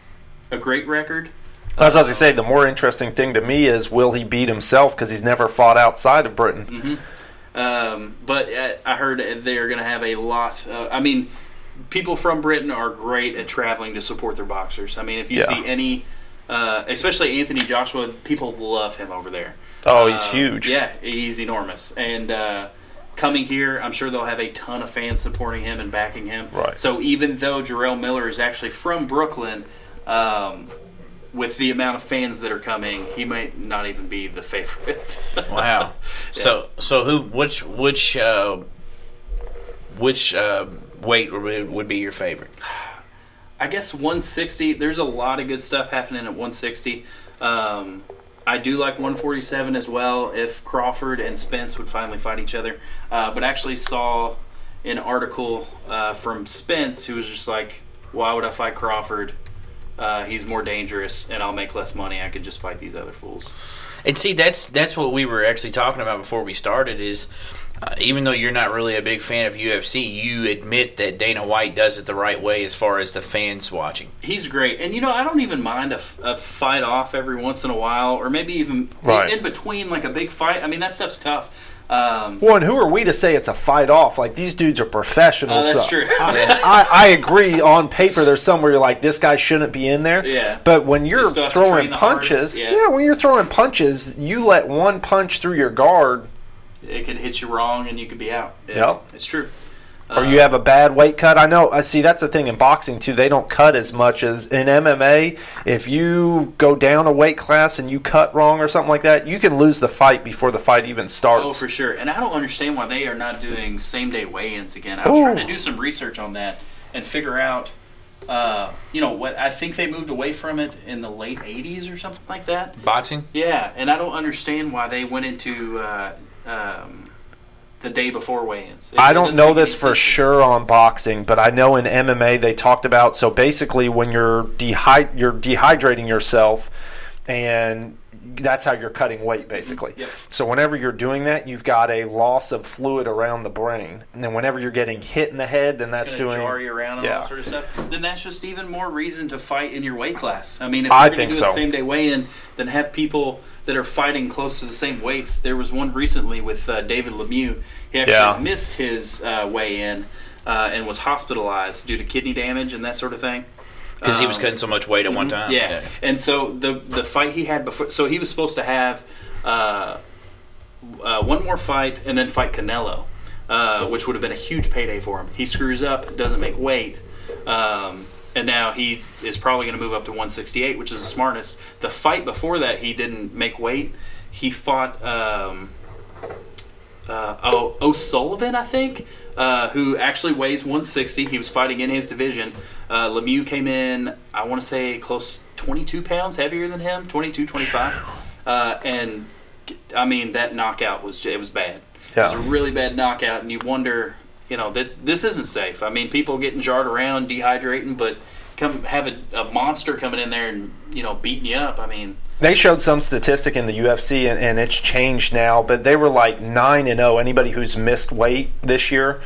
S2: a great record.
S3: As I was going to say, the more interesting thing to me is will he beat himself because he's never fought outside of Britain.
S1: Mm-hmm.
S2: Um, but uh, I heard they're going to have a lot. Uh, I mean, people from Britain are great at traveling to support their boxers. I mean, if you
S3: Yeah.
S2: see any, uh, especially Anthony Joshua, people love him over there.
S3: Oh, he's
S2: Uh,
S3: huge.
S2: Yeah, he's enormous. And uh, coming here, I'm sure they'll have a ton of fans supporting him and backing him.
S3: Right.
S2: So even though Jarrell Miller is actually from Brooklyn, um, with the amount of fans that are coming, he might not even be the favorite.
S1: Wow. So so who which which uh, which uh, weight would would be your favorite?
S2: I guess 160. There's a lot of good stuff happening at 160. Um, I do like 147 as well. If Crawford and Spence would finally fight each other, uh, but I actually saw an article uh, from Spence who was just like, "Why would I fight Crawford? Uh, he's more dangerous, and I'll make less money. I could just fight these other fools."
S1: And see, that's that's what we were actually talking about before we started. Is uh, even though you're not really a big fan of UFC, you admit that Dana White does it the right way as far as the fans watching.
S2: He's great, and you know I don't even mind a, f- a fight off every once in a while, or maybe even
S3: Right.
S2: in between like a big fight. I mean that stuff's tough. Um,
S3: Well, and who are we to say it's a fight off? Like, these dudes are professionals.
S2: Oh, that's
S3: so
S2: true.
S3: I, I, I agree on paper, there's somewhere you're like, this guy shouldn't be in there.
S2: Yeah.
S3: But when you're
S2: still have to
S3: throwing
S2: train the hardest,
S3: punches,
S2: yeah.
S3: yeah, when you're throwing punches, you let one punch through your guard
S2: it could hit you wrong and you could be out. It-
S3: Yep.
S2: It's true.
S3: or
S2: Uh-huh.
S3: you have a bad weight cut. I know. I see. That's the thing in boxing too. They don't cut as much as in MMA. If you go down a weight class and you cut wrong or something like that, you can lose the fight before the fight even starts.
S2: Oh, for sure. And I don't understand why they are not doing same day weigh ins again. I was
S3: Ooh.
S2: trying to do some research on that and figure out, uh, you know, what I think they moved away from it in the late 80s or something like that.
S1: Boxing.
S2: Yeah, and I don't understand why they went into uh, um, the day before weigh ins.
S3: I don't know this for sure on boxing, but I know in MMA they talked about so basically when you're dehy- you're dehydrating yourself and that's how you're cutting weight basically.
S2: Mm-hmm. Yep.
S3: So whenever you're doing that, you've got a loss of fluid around the brain. And then whenever you're getting hit in the head, then that's
S2: That's doing
S3: doing
S2: jar you around and all
S3: yeah.
S2: that sort of stuff. Then that's just even more reason to fight in your weight class. I mean, if you're
S3: I
S2: going to
S3: think
S2: do
S3: so.
S2: a same day weigh in, then have people that are fighting close to the same weights. There was one recently with uh, David Lemieux. He actually
S3: Yeah.
S2: missed his uh, weigh in uh, and was hospitalized due to kidney damage and that sort of thing.
S1: Because he was
S2: Um,
S1: cutting so much weight at one time.
S2: Yeah. And so the the fight he had before, so he was supposed to have uh, uh, one more fight and then fight Canelo, uh, which would have been a huge payday for him. He screws up, doesn't make weight. Um, and now he is probably going to move up to 168, which is the smartest. The fight before that, he didn't make weight. He fought um, uh, o- O'Sullivan, I think, uh, who actually weighs 160. He was fighting in his division. Uh, Lemieux came in, I want to say, close 22 pounds heavier than him, 22, 25. Uh, and I mean, that knockout was j- it was bad. It was
S3: Yeah.
S2: a really bad knockout, and you wonder, you know, that this isn't safe. I mean, people getting jarred around, dehydrating, but come have a, a monster coming in there and you know beating you up. I mean,
S3: they showed some statistic in the UFC, and, and it's changed now. But they were like nine and zero. Anybody who's missed weight this year,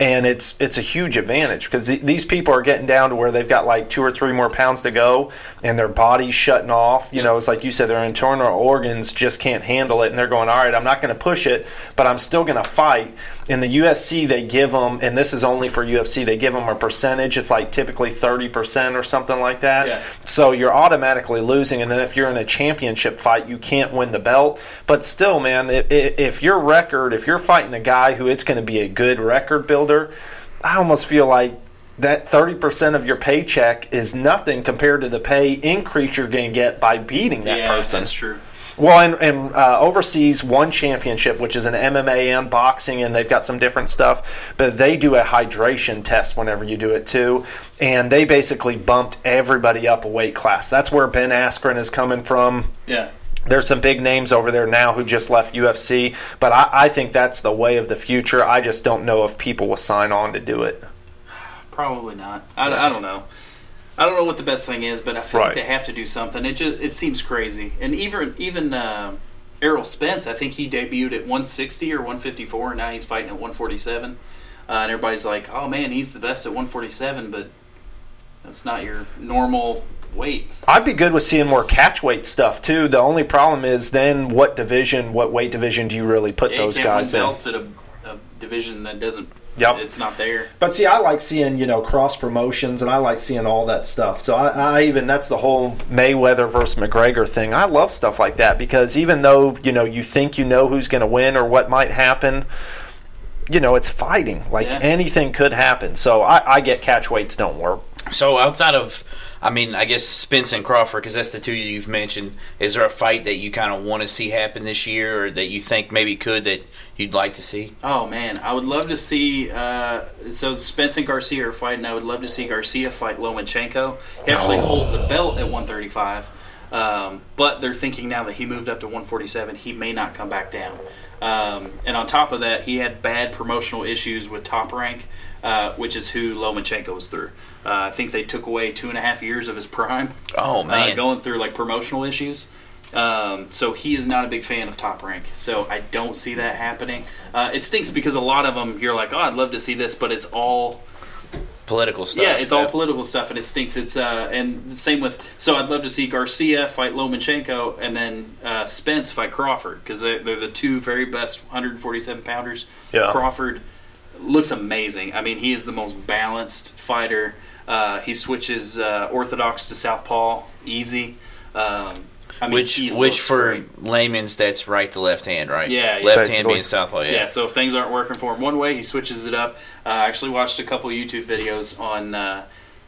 S3: and it's it's a huge advantage because th- these people are getting down to where they've got like two or three more pounds to go, and their body's shutting off. You know, it's like you said, their internal organs just can't handle it, and they're going, all right, I'm not going to push it, but I'm still going to fight. In the UFC, they give them, and this is only for UFC, they give them a percentage. It's like typically thirty percent or something like that.
S2: Yeah.
S3: So you're automatically losing, and then if you're in a championship fight, you can't win the belt. But still, man, i- i- if your record, if you're fighting a guy who it's going to be a good record builder, I almost feel like that 30% of your paycheck is nothing compared to the pay increase you're going to get by beating that
S2: yeah,
S3: person.
S2: that's true.
S3: Well, and, and uh, overseas, one championship, which is an MMA and boxing, and they've got some different stuff, but they do a hydration test whenever you do it too. And they basically bumped everybody up a weight class. That's where Ben Askren is coming from.
S2: Yeah.
S3: There's some big names over there now who just left UFC, but I, I think that's the way of the future. I just don't know if people will sign on to do it.
S2: Probably not. I, I don't know. I don't know what the best thing is, but I feel
S3: Right.
S2: like they have to do something. It just it seems crazy. And even even uh, Errol Spence, I think he debuted at 160 or 154, and now he's fighting at 147. Uh, and everybody's like, "Oh man, he's the best at 147," but that's not your normal weight.
S3: I'd be good with seeing more catch weight stuff too. The only problem is then what division, what weight division do you really put
S2: Yeah,
S3: those
S2: you can't
S3: guys
S2: win
S3: in?
S2: belts at a, a division that doesn't.
S3: Yep.
S2: It's not there.
S3: But see, I like seeing you know cross promotions, and I like seeing all that stuff. So I, I even that's the whole Mayweather versus McGregor thing. I love stuff like that because even though you know you think you know who's going to win or what might happen, you know it's fighting. Like
S2: Yeah.
S3: anything could happen. So I, I get catch weights don't work.
S1: So outside of, I mean, I guess Spence and Crawford, because that's the two you've mentioned. Is there a fight that you kind of want to see happen this year, or that you think maybe could that you'd like to see?
S2: Oh man, I would love to see. Uh, so Spence and Garcia are fighting. I would love to see Garcia fight Lomachenko. He actually holds a belt at 135, um, but they're thinking now that he moved up to 147, he may not come back down. Um, and on top of that, he had bad promotional issues with Top Rank, uh, which is who Lomachenko was through. Uh, I think they took away two and a half years of his prime
S1: Oh
S2: uh,
S1: man,
S2: going through like promotional issues. Um, so he is not a big fan of Top Rank. So I don't see that happening. Uh, it stinks because a lot of them you're like, oh, I'd love to see this, but it's all
S1: political stuff.
S2: yeah, it's all political stuff, and it stinks. It's uh, and the same with so I'd love to see Garcia fight Lomachenko, and then uh, Spence fight Crawford because they're, they're the two very best 147 pounders.
S3: Yeah.
S2: Crawford looks amazing. I mean, he is the most balanced fighter. Uh, he switches uh, orthodox to southpaw easy. Um, I mean,
S1: Which,
S2: he
S1: which
S2: looks
S1: for
S2: great.
S1: layman's, that's right to left hand, right?
S2: Yeah, yeah.
S1: left hand
S3: Basically.
S1: being southpaw. Yeah.
S2: yeah. So if things aren't working for him one way, he switches it up. Uh, I actually watched a couple YouTube videos on uh,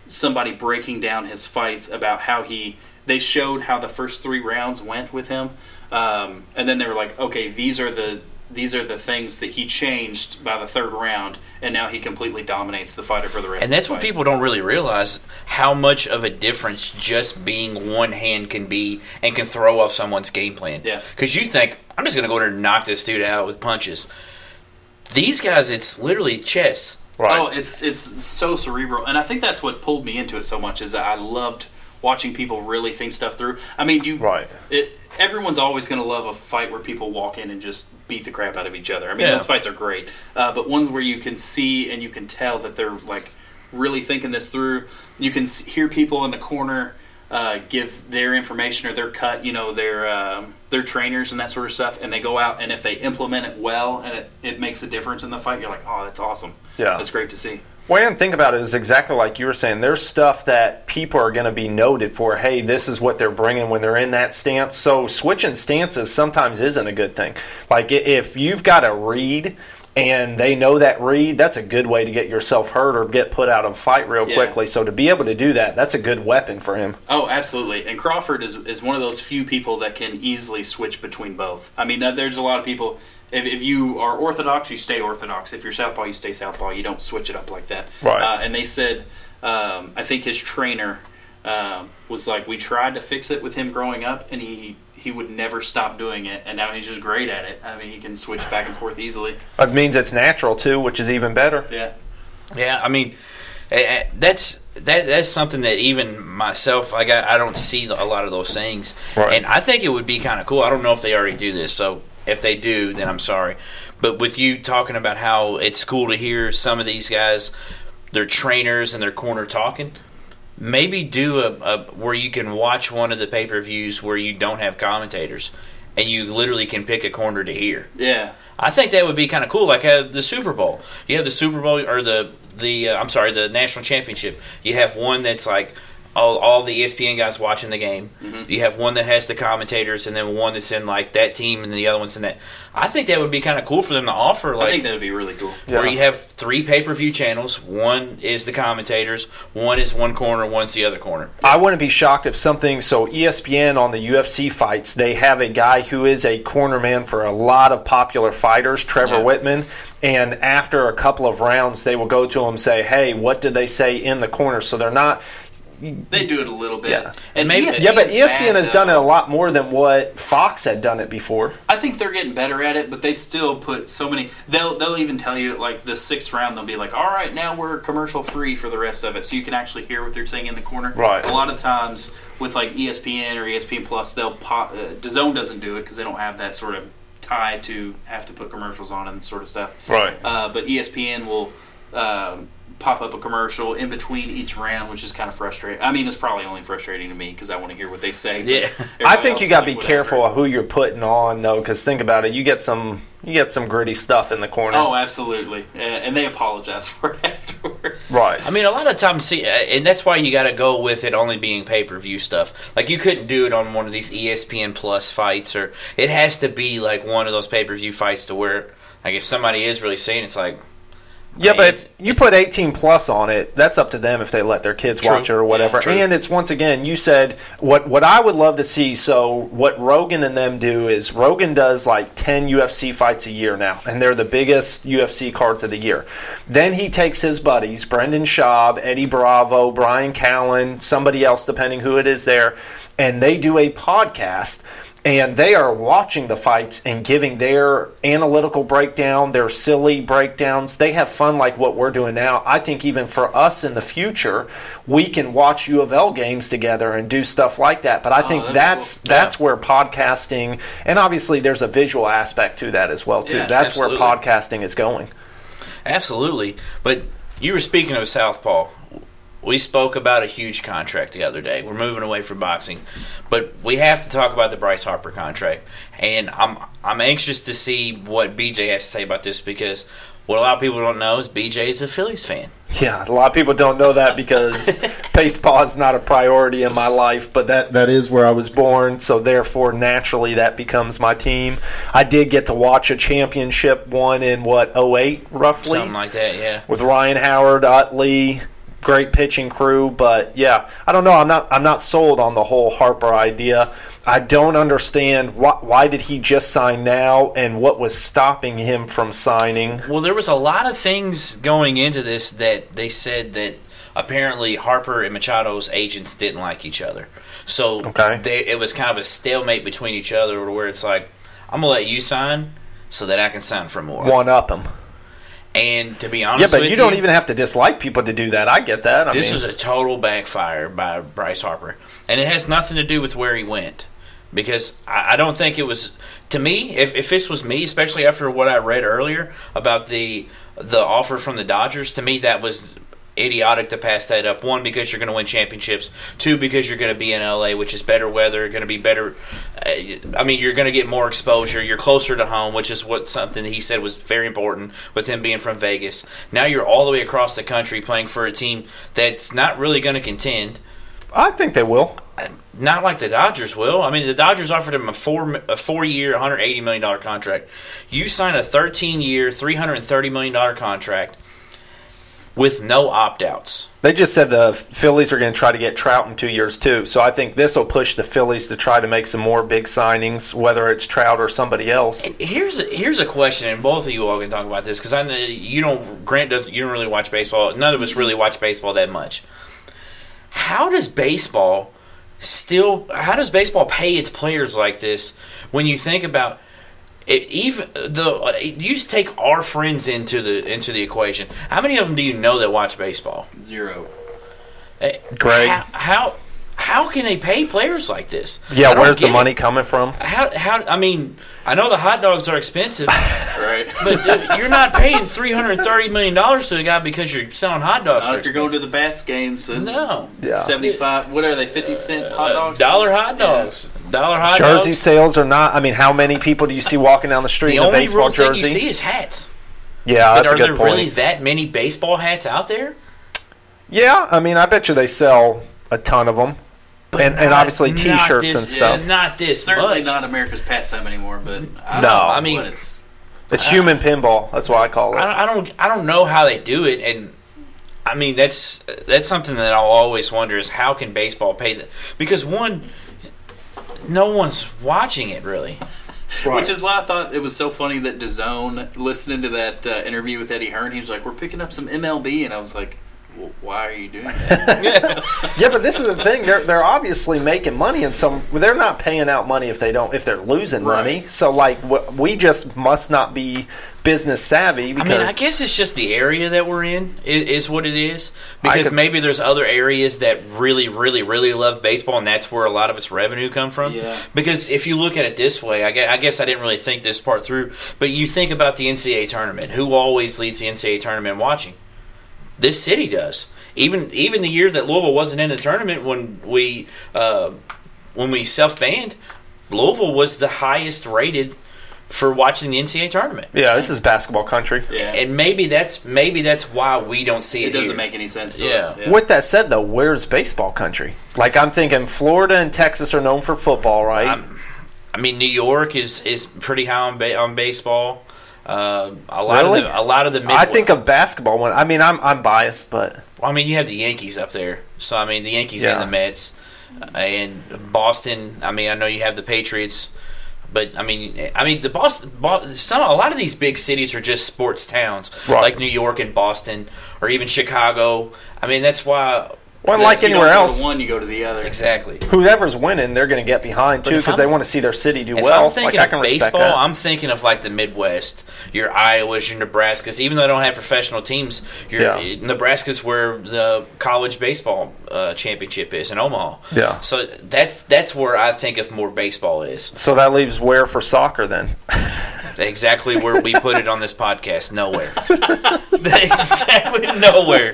S2: somebody breaking down his fights about how he. They showed how the first three rounds went with him, um, and then they were like, "Okay, these are the these are the things that he changed by the third round, and now he completely dominates the fighter for the rest."
S1: And
S2: of
S1: that's
S2: the
S1: what
S2: fight.
S1: people don't really realize how much of a difference just being one hand can be and can throw off someone's game plan.
S2: Yeah.
S1: Because you think, I'm just going to go in there and knock this dude out with punches. These guys, it's literally chess.
S2: Oh, it's it's so cerebral, and I think that's what pulled me into it so much is that I loved watching people really think stuff through. I mean, you
S3: Right.
S2: It, everyone's always going to love a fight where people walk in and just beat the crap out of each other. I mean,
S1: Yeah.
S2: those fights are great, uh, but ones where you can see and you can tell that they're like really thinking this through. You can s- hear people in the corner. Uh, give their information or their cut, you know, their um, their trainers and that sort of stuff, and they go out and if they implement it well and it, it makes a difference in the fight, you're like, oh, that's awesome.
S3: Yeah.
S2: that's great to see.
S3: Well, and think about it is exactly like you were saying. There's stuff that people are going to be noted for. Hey, this is what they're bringing when they're in that stance. So switching stances sometimes isn't a good thing. Like i- if you've got a read and they know that read, that's a good way to get yourself hurt or get put out of a fight real
S2: Yeah.
S3: quickly. So to be able to do that, that's a good weapon for him.
S2: Oh, absolutely. And Crawford is, is one of those few people that can easily switch between both. I mean, uh, there's a lot of people. If, if you are orthodox, you stay orthodox. If you're southpaw, you stay southpaw. You don't switch it up like that.
S3: Right.
S2: Uh, and they said, um, I think his trainer um, was like, we tried to fix it with him growing up, and he he would never stop doing it. And now he's just great at it. I mean, he can switch back and forth easily.
S3: It means it's natural too, which is even better.
S2: Yeah.
S1: Yeah, I mean, eh, eh, that's that that's something that even myself like I, I don't see a lot of those things,
S3: Right.
S1: and I think it would be kind of cool. I don't know if they already do this, so if they do, then I'm sorry. But with you talking about how it's cool to hear some of these guys, their trainers and their corner talking. Maybe do a, a where you can watch one of the pay per views where you don't have commentators, and you literally can pick a corner to hear.
S2: Yeah.
S1: I think that would be kind of cool, like uh, the Super Bowl. You have the Super Bowl or the the uh, I'm sorry, the national championship. You have one that's like all, all the E ESPN guys watching the game.
S2: Mm-hmm.
S1: You have one that has the commentators, and then one that's in like that team, and the other one's in that. I think that would be kind of cool for them to offer. Like
S2: I think that would be really cool.
S3: Yeah.
S1: where you have three pay per view channels. One is the commentators. One is one corner. One's the other corner.
S3: I wouldn't be shocked if something. So E ESPN on the UFC fights, they have a guy who is a corner man for a lot of popular fighters, Trevor
S1: Yeah.
S3: Whitman. And after a couple of rounds, they will go to him and say, "Hey, what did they say in the corner?" So they're not.
S2: They do it a little bit.
S3: Yeah.
S1: And maybe-
S3: Yeah, but E
S2: ESPN's
S3: ESPN
S2: bad,
S3: has done it
S2: though.
S3: a lot more than what Fox had done it before.
S2: I think they're getting better at it, but they still put so many. They'll they'll even tell you like the sixth round, they'll be like, "All right, now we're commercial free for the rest of it, so you can actually hear what they're saying in the corner."
S3: Right.
S2: A lot of times with like E ESPN or ESPN Plus, they'll pop. Uh, DAZN doesn't do it because they don't have that sort of tie to have to put commercials on and sort of stuff.
S3: Right.
S2: Uh, but ESPN will. Um, Pop up a commercial in between each round, which is kind of frustrating. I mean, it's probably only frustrating to me because I want to hear what they say. but
S1: Yeah.
S2: everybody
S3: I think
S2: else
S3: you
S2: is
S3: got to
S2: like,
S3: be
S2: whatever.
S3: careful of who you're putting on, though, because think about it. You get some, you get some gritty stuff in the corner.
S2: Oh, absolutely, and, and they apologize for it afterwards.
S3: right.
S1: I mean, a lot of times, see, uh, and that's why you got to go with it only being pay per view stuff. Like you couldn't do it on one of these E ESPN Plus fights, or it has to be like one of those pay per view fights to where, like, if somebody is really seeing, it's like,
S3: Yeah,
S1: mean,
S3: but
S1: it's-
S3: if you put 18 plus on it, that's up to them if they let their kids watch it or whatever.
S1: true.
S3: and it's once again, you said what what I would love to see. So what Rogan and them do is Rogan does like 10 UFC fights a year now, and they're the biggest UFC cards of the year. Then he takes his buddies, Brendan Schaub, Eddie Bravo, Brian Callen, somebody else, depending who it is there, and they do a podcast and they are watching the fights and giving their analytical breakdown, their silly breakdowns. They have fun like what we're doing now. I think even for us in the future, we can watch U of L games together and do stuff like that. But I think
S2: Oh, that'd be
S3: that's
S2: cool.
S3: that's where podcasting and obviously there's a visual aspect to that as well too.
S2: Yeah,
S3: that's
S1: absolutely.
S3: where podcasting is going.
S1: absolutely. But you were speaking of Southpaw. We spoke about a huge contract the other day. We're moving away from boxing, but we have to talk about the Bryce Harper contract. And I'm I'm anxious to see what BJ has to say about this because what a lot of people don't know is BJ is a Phillies fan.
S3: Yeah, a lot of people don't know that because baseball is not a priority in my life, but that, that is where I was born, so therefore naturally that becomes my team. I did get to watch a championship one in what 08 roughly
S1: Something like that, yeah.
S3: with Ryan Howard, Utley, great pitching crew, but yeah, I don't know, I'm not I'm not sold on the whole Harper idea. I don't understand why, why did he just sign now and what was stopping him from signing.
S1: Well, there was a lot of things going into this that they said that apparently Harper and Machado's agents didn't like each other. So
S3: Okay.
S1: they, it was kind of a stalemate between each other where it's like, I'm going to let you sign so that I can sign for more.
S3: One up him.
S1: And to be
S3: Yeah,
S1: honest
S3: but
S1: with
S3: you don't even have to dislike people to do that. I get that. I
S1: This
S3: mean,
S1: was a total backfire by Bryce Harper, and it has nothing to do with where he went, because I, I don't think it was to me. If, if this was me, especially after what I read earlier about the the offer from the Dodgers, to me that was idiotic to pass that up. One because you're going to win championships. Two because you're going to be in LA, which is better weather, going to be better. uh, I mean, you're going to get more exposure. You're closer to home, which is what something he said was very important with him being from Vegas. Now you're all the way across the country playing for a team that's not really going to contend.
S3: I think they will.
S1: Not like the Dodgers will. I mean, the Dodgers offered him a four a four year, one hundred eighty million dollar contract. You sign a thirteen year, three hundred thirty million dollar contract with no opt outs.
S3: They just said the Phillies are going to try to get Trout in two years too. So I think this will push the Phillies to try to make some more big signings, whether it's Trout or somebody else.
S1: Here's a, here's a question, and both of you all can talk about this because I know you don't. Grant doesn't. You don't really watch baseball. None of us really
S3: Mm-hmm.
S1: watch baseball that much. How does baseball still? How does baseball pay its players like this? When you think about It, even the you just take our friends into the into the equation. How many of them do you know that watch baseball?
S2: Zero.
S1: Eh,
S3: Greg.
S1: How how, how can they pay players like this? I
S3: Yeah,
S1: don't
S3: where's the
S1: get it.
S3: money coming from?
S1: How how I mean, I know the hot dogs are expensive,
S2: Right. uh,
S1: but dude, you're not paying three hundred thirty million dollars to a guy because you're selling hot dogs.
S2: Not
S1: for
S2: if you're going to
S1: expensive.
S2: the bats game. So
S1: no.
S3: Yeah.
S2: Seventy-five. What are they? Fifty cents hot
S1: Uh,
S2: dogs.
S1: dollar hot dogs, dollar hot
S3: Jersey
S1: dogs.
S3: sales are not. I mean, how many people do you see walking down the street
S1: The
S3: in a
S1: only
S3: baseball
S1: real thing
S3: jersey?
S1: you see is hats. But
S3: yeah, that's
S1: are
S3: a good
S1: there
S3: point.
S1: really that many baseball hats out there?
S3: Yeah, I mean, I bet you they sell a ton of them, and, and
S1: not-
S3: obviously
S1: not
S3: T-shirts
S1: this-
S3: and
S1: yeah,
S3: stuff.
S1: it's not this
S2: Certainly
S1: much.
S2: not America's pastime anymore. But I don't
S3: No.
S2: know
S3: I
S1: mean-
S2: what it's
S3: it's human pinball. That's what I call
S1: I
S3: it.
S1: don't, I don't I don't know how they do it and I mean that's that's something that I'll always wonder is how can baseball pay that because one no one's watching it really
S2: Which is why I thought it was so funny that DeZone, listening to that uh, interview with Eddie Hearn, he was like, "We're picking up some MLB," and I was like, well, "Why are you doing that?"
S3: yeah, but this is the thing. They're they're obviously making money, and some they're not paying out money if they don't if they're losing
S2: Right.
S3: money. So like wh- we just must not be business savvy
S1: I
S3: because
S1: mean I guess it's just the area that we're in i- is what it is because
S3: could
S1: maybe
S3: s-
S1: there's other areas that really really really love baseball and that's where a lot of its revenue come from
S2: Yeah.
S1: because if you look at it this way I guess, I guess I didn't really think this part through but you think about the NCAA tournament who always leads the NCAA tournament watching this city does. Even even the year that Louisville wasn't in the tournament when we uh, when we self banned, Louisville was the highest rated for watching the NCAA tournament.
S3: yeah, this is basketball country.
S2: Yeah,
S1: And maybe that's maybe that's why we don't see it.
S2: it doesn't
S1: here.
S2: make any sense. To
S1: Yeah.
S2: us.
S3: With that said, though, where's baseball country? Like I'm thinking, Florida and Texas are known for football, right?
S1: I mean, New York is is pretty high on ba- on baseball. Uh, a lot
S3: Really?
S1: of the, a lot of the
S3: I
S1: Midwest-
S3: think of basketball when I mean I'm I'm biased, but
S1: I mean, you have the Yankees up there. So I mean, the Yankees
S3: Yeah.
S1: and the Mets uh, and Boston. I mean, I know you have the Patriots, but I mean, I mean the Boston. Bo- Some a lot of these big cities are just sports towns,
S3: Right.
S1: like New York and Boston, or even Chicago. I mean, that's why
S3: well,
S2: That
S3: like
S2: if you don't
S3: anywhere
S2: go to
S3: else,
S2: one you go to the other.
S1: exactly.
S3: whoever's winning, they're going to get behind too
S1: if
S3: because
S1: I'm-
S3: they want to see their city do
S1: If
S3: well.
S1: I'm thinking
S3: like I can
S1: of
S3: respect
S1: baseball,
S3: that.
S1: I'm thinking of like the Midwest, your Iowas, your Nebraskas. Even though they don't have professional teams, your
S3: Yeah.
S1: Nebraska's where the college baseball uh, championship is in Omaha.
S3: Yeah.
S1: So that's that's where I think of more baseball is
S3: so that leaves where for soccer then?
S1: exactly where we put it on this podcast. Nowhere. exactly nowhere.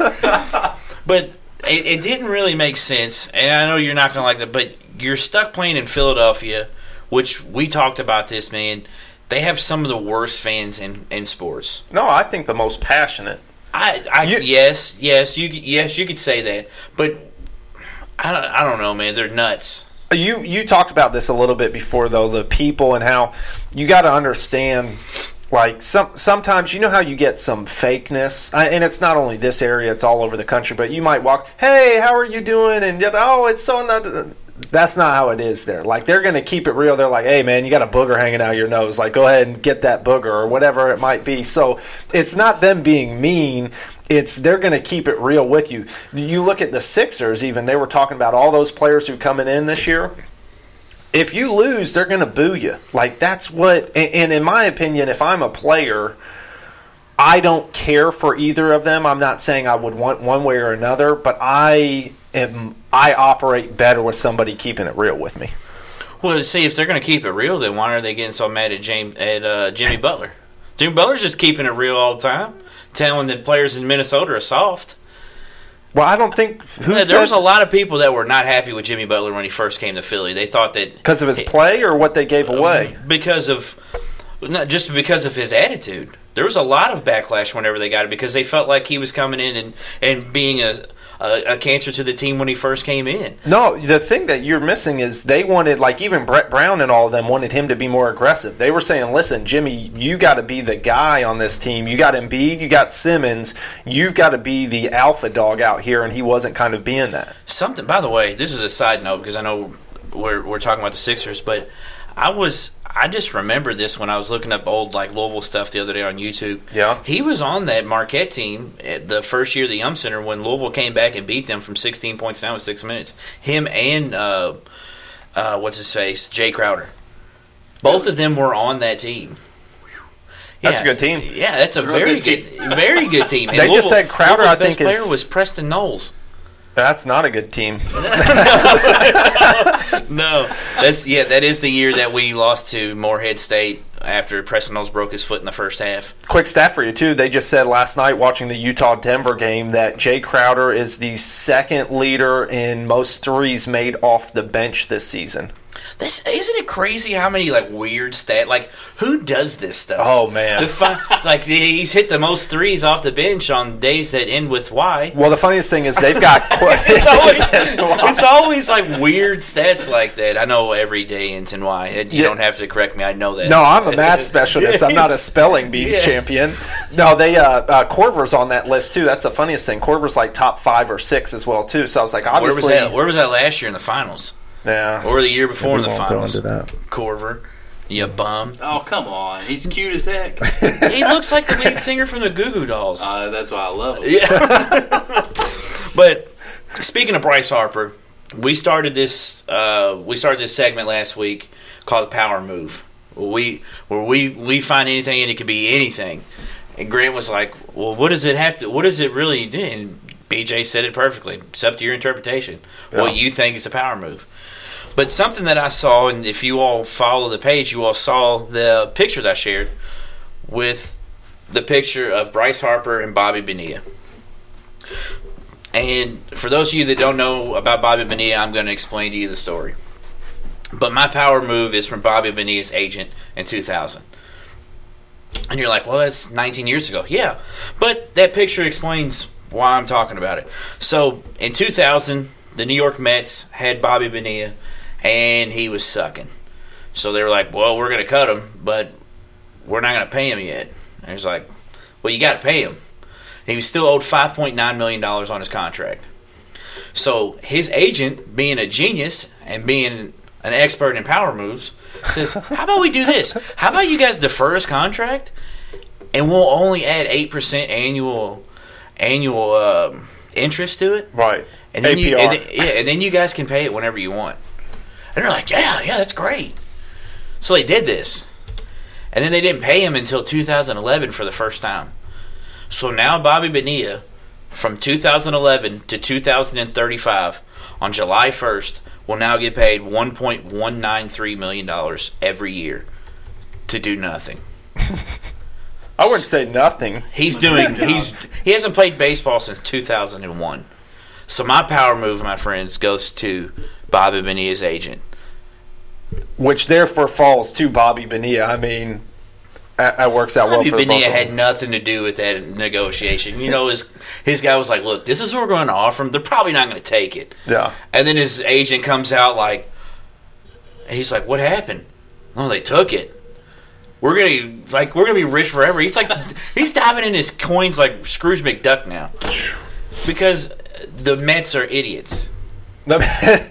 S1: But it, it didn't really make sense, and I know you're not going to like that, but you're stuck playing in Philadelphia, which we talked about this, man. They have some of the worst fans in, in sports.
S3: No, I think the most passionate.
S1: I, I
S3: You-
S1: yes, yes, you yes, you could say that, but I don't, I don't know, man. They're nuts.
S3: You you talked about this a little bit before though the people and how you got to understand like some sometimes you know how you get some fakeness I, and it's not only this area it's all over the country but you might walk hey how are you doing and yet oh it's so not that's not how it is there like they're gonna keep it real they're like hey man you got a booger hanging out your nose like go ahead and get that booger or whatever it might be so it's not them being mean it's they're going to keep it real with you. You look at the Sixers, even they were talking about all those players who coming in this year. If you lose, they're going to boo you. Like that's what. And, and in my opinion, if I'm a player, I don't care for either of them. I'm not saying I would want one way or another, but I am. I operate better with somebody keeping it real with me.
S1: Well, see, if they're going to keep it real, then why are they getting so mad at James at uh, Jimmy Butler? Jimmy Butler's just keeping it real all the time, telling the players in Minnesota are soft.
S3: Well, I don't think who
S1: There was a
S3: said
S1: lot of people that were not happy with Jimmy Butler when he first came to Philly. They thought that
S3: because of his play or what they gave
S1: Um,
S3: away.
S1: because of not just because of his attitude. There was a lot of backlash whenever they got it because they felt like he was coming in and and being a a, a cancer to the team when he first came in.
S3: No, the thing that you're missing is they wanted, like even Brett Brown and all of them wanted him to be more aggressive. They were saying, "Listen, Jimmy, you got to be the guy on this team. You got Embiid, you got Simmons, you've got to be the alpha dog out here." And he wasn't kind of being that.
S1: Something, by the way, this is a side note because I know we're, we're talking about the Sixers, but I was I just remember this when I was looking up old like Louisville stuff the other day on YouTube.
S3: Yeah.
S1: he was on that Marquette team at the first year of the Yum Center when Louisville came back and beat them from 16 points down with six minutes. Him and uh, uh, what's his face, Jay Crowder. Both of them were on that team.
S3: That's
S1: Yeah.
S3: a good team.
S1: Yeah, that's a
S2: Real
S1: very
S2: good
S1: good,
S2: team.
S1: very good team. And
S3: They just said Crowder,
S1: Louisville's
S3: I think,
S1: best player
S3: is-
S1: was Preston Knowles.
S3: That's not a good team.
S1: No, that's yeah. That is the year that we lost to Moorhead State after Preston Knowles broke his foot in the first half.
S3: Quick stat for you too. They just said last night watching the Utah Denver game that Jay Crowder is the second leader in most threes made off the bench this season.
S1: That's isn't it crazy how many like weird stat like who does this stuff?
S3: Oh, man.
S1: the fi- like the, he's hit the most threes off the bench on days that end with Y.
S3: Well, the funniest thing is they've got.
S1: It's always it's always like weird stats like that. I know every day ends in Y. You
S3: Yeah.
S1: don't have to correct me. I know that.
S3: No, I'm a math specialist. I'm not a spelling bee
S1: Yes.
S3: champion. No, they uh, uh, Corver's on that list too. That's the funniest thing. Corver's like top five or six as well too. So I was like,
S1: Where was
S3: obviously,
S1: that? Where was that last year in the finals?
S3: yeah.
S1: Or the year before in the finals?
S3: that.
S1: Corver, you bum.
S2: Oh come on, he's cute as heck.
S1: he looks like the lead singer from the Goo Goo Dolls.
S2: Uh, that's why I love him.
S1: Yeah. but speaking of Bryce Harper, we started this uh, we started this segment last week called the Power Move. Where we where we we find anything and it could be anything. And Grant was like, "Well, what does it have to? What does it really do?" And BJ said it perfectly. It's up to your interpretation. What you think is a power move. But something that I saw, and if you all follow the page, you all saw the picture that I shared with the picture of Bryce Harper and Bobby Bonilla. And for those of you that don't know about Bobby Bonilla, I'm going to explain to you the story. But my power move is from Bobby Bonilla's agent in 2000. And you're like, well, that's 19 years ago. Yeah, but that picture explains why I'm talking about it. So in 2000, the New York Mets had Bobby Bonilla, and he was sucking. So they were like, well, we're going to cut him, but we're not going to pay him yet. And he's like, well, you got to pay him. He was still owed five point nine million dollars on his contract. So his agent, being a genius and being an expert in power moves, says, "How about we do this? How about you guys defer his contract, and we'll only add eight percent annual annual um, interest to it,
S3: Right.
S1: and then
S3: APR.
S1: you and then, yeah, and then you guys can pay it whenever you want." And they're like, "Yeah, yeah, that's great." So they did this, and then they didn't pay him until 2011 for the first time. So now Bobby Bonilla, from 2011 to 2035, on July 1st, will now get paid 1.193 million dollars every year to do nothing.
S3: I wouldn't say nothing.
S1: He's doing. He's he hasn't played baseball since 2001. So my power move, my friends, goes to Bobby Bonilla's agent.
S3: which therefore falls to Bobby Bonilla. I mean, that that works out well
S1: Bobby
S3: for the both
S1: Bonilla
S3: of
S1: had
S3: them.
S1: nothing to do with that negotiation. You know, his his guy was like, "Look, this is what we're going to offer him. They're probably not going to take it."
S3: Yeah,
S1: And then his agent comes out like, and he's like, "What happened? Oh, they took it. We're gonna like we're gonna be rich forever." He's like, he's diving in his coins like Scrooge McDuck now, because the Mets are idiots.
S3: The-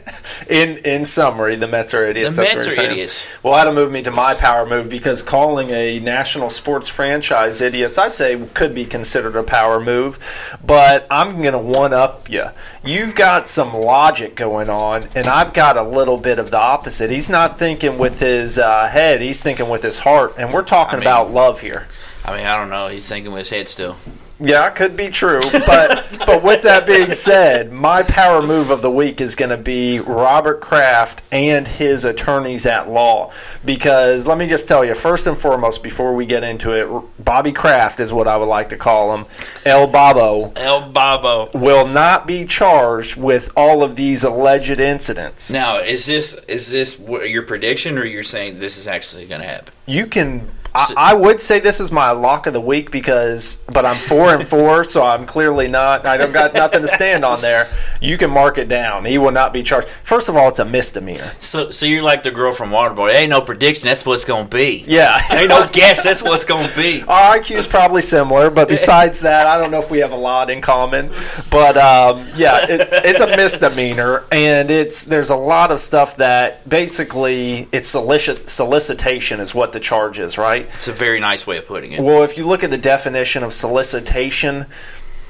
S3: in in summary, the Mets are idiots.
S1: The
S3: that's
S1: Mets
S3: what you're
S1: are
S3: saying.
S1: idiots.
S3: Well, that'll move me to my power move because calling a national sports franchise idiots, I'd say, could be considered a power move. But I'm going to one up you. You've got some logic going on, and I've got a little bit of the opposite. He's not thinking with his uh, head; he's thinking with his heart, and we're talking
S1: mean-
S3: about love here.
S1: I mean, I don't know. He's thinking with his head still.
S3: Yeah, it could be true, but but with that being said, my power move of the week is going to be Robert Kraft and his attorneys at law. Because let me just tell you, first and foremost, before we get into it, Bobby Kraft is what I would like to call him, El Babo,
S1: El Babo.
S3: will not be charged with all of these alleged incidents.
S1: Now, is this is this wh- your prediction, or you're saying this is actually going to happen?
S3: You can. I, I would say this is my lock of the week because, but I'm four and four, so I'm clearly not. I don't got nothing to stand on there. You can mark it down. He will not be charged. First of all, it's a misdemeanor.
S1: So, so you're like the girl from Waterboy. Ain't no prediction. That's what's going to be.
S3: Yeah.
S1: Ain't no guess. That's what's going to be.
S3: Our IQ is probably similar, but besides that, I don't know if we have a lot in common. But um, yeah, it, it's a misdemeanor, and it's there's a lot of stuff that basically it's solicit, solicitation is what the charge is, right?
S1: It's a very nice way of putting it.
S3: Well, if you look at the definition of solicitation,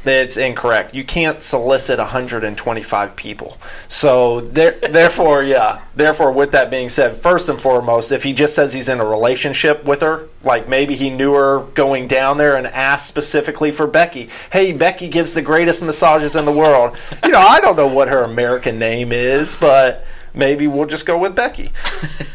S3: It's incorrect. You can't solicit 125 people. So there, therefore, yeah. Therefore, with that being said, first and foremost, if he just says he's in a relationship with her, like maybe he knew her going down there and asked specifically for Becky. Hey, Becky gives the greatest massages in the world. You know, I don't know what her American name is, but maybe we'll just go with Becky.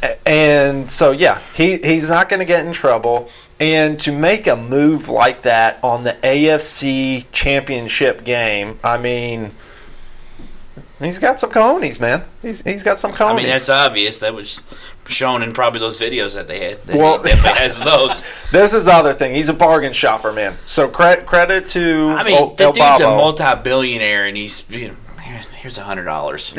S3: A- and so yeah, he he's not going to get in trouble. And to make a move like that on the AFC Championship game, I mean, he's got some cojones, man. He's he's got some cojones.
S1: I mean, that's obvious. That was shown in probably those videos that they had. They
S3: Well-
S1: definitely has those.
S3: this is the other thing. He's a bargain shopper, man. So cre- credit to
S1: I mean,
S3: El-
S1: the
S3: El
S1: dude's a
S3: Babo.
S1: multi-billionaire, and he's you know, here- here's a hundred dollars.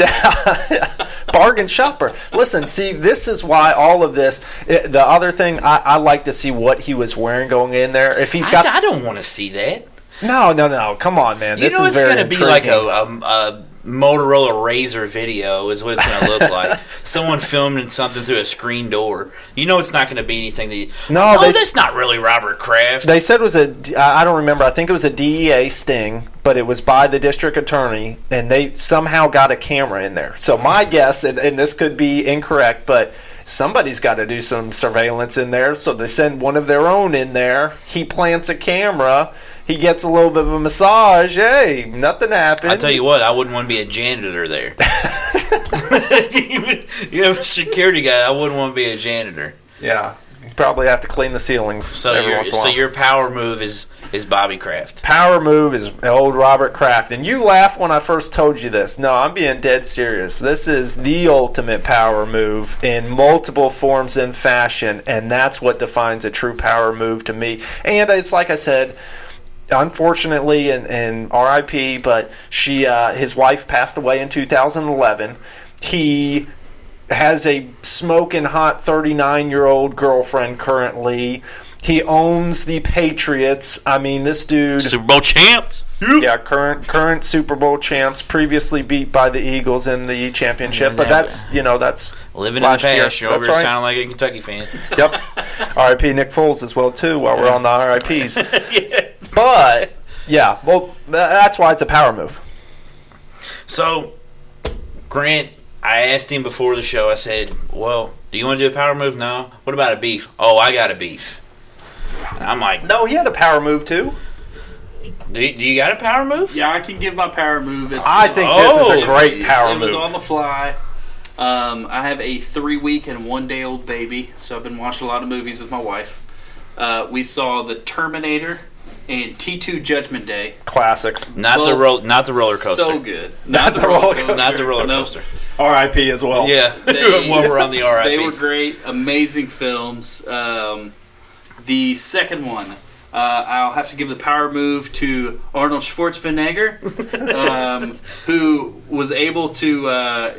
S3: bargain shopper. Listen, see, this is why all of this. It, the other thing, I, I like to see what he was wearing going in there. If he's
S1: I,
S3: got
S1: I don't want to see that.
S3: No, no, no! Come on, man.
S1: You
S3: This
S1: know,
S3: is
S1: it's
S3: very
S1: going to be like a,
S3: intriguing.
S1: a, a Motorola Razor video, is what it's going to look like. Someone filming something through a screen door. You know, it's not going to be anything that. You,
S3: No,
S1: oh,
S3: they-
S1: that's not really Robert Kraft.
S3: They said it was a. I I don't remember. I think it was a DEA sting, but it was by the district attorney, and they somehow got a camera in there. So my guess, and, and this could be incorrect, but somebody's got to do some surveillance in there. So they send one of their own in there. He plants a camera. He gets a little bit of a massage. Hey, nothing happened.
S1: I tell you what, I wouldn't want to be a janitor there. you have a security guy. I wouldn't want to be a janitor.
S3: yeah, you probably have to clean the ceilings.
S1: So
S3: every
S1: your
S3: once in a while.
S1: so your power move is is Bobby Kraft.
S3: power move is old Robert Kraft. And you laughed when I first told you this. No, I'm being dead serious. This is the ultimate power move in multiple forms and fashion. And that's what defines a true power move to me. And it's like I said. Unfortunately, and, and RIP, but she, uh, his wife passed away in 2011. He has a smoking hot 39 year old girlfriend currently. He owns the Patriots. I mean, this dude.
S1: Super Bowl champs.
S3: Yeah, current current Super Bowl champs, previously beat by the Eagles in the championship, but
S1: Yeah.
S3: that's you know that's
S1: Living
S3: last
S1: in the
S3: year.
S1: past, you're over
S3: That's
S1: here
S3: right.
S1: sounding like a Kentucky fan.
S3: Yep, R.I.P. Nick Foles as well too. While we're on the R.I.P.s, but yeah, well that's why it's a power move.
S1: So, Grant, I asked him before the show. I said, "Well, do you want to do a power move? No. What about a beef? Oh, I got a beef." And I'm like,
S3: No, he had a power move too.
S1: "Do you, do you got a power move?"
S2: Yeah, I can give my power move. It's,
S3: I think this is
S1: Oh.
S3: a great power
S2: It was
S3: move.
S2: on the fly. Um, I have a three week and one day old baby, so I've been watching a lot of movies with my wife. Uh, we saw The Terminator and T2 Judgment Day.
S3: Classics.
S1: Not the
S2: Well,
S1: ro- not the roller coaster.
S2: So good. Not,
S3: the roller coaster.
S1: Not the roller
S2: No.
S1: coaster.
S3: R.I.P. as well.
S1: Yeah,
S2: They-
S1: when we're on the RIPs.
S2: They were great, amazing films. Um, the second one, uh, I'll have to give the power move to Arnold Schwarzenegger, um, who was able to uh,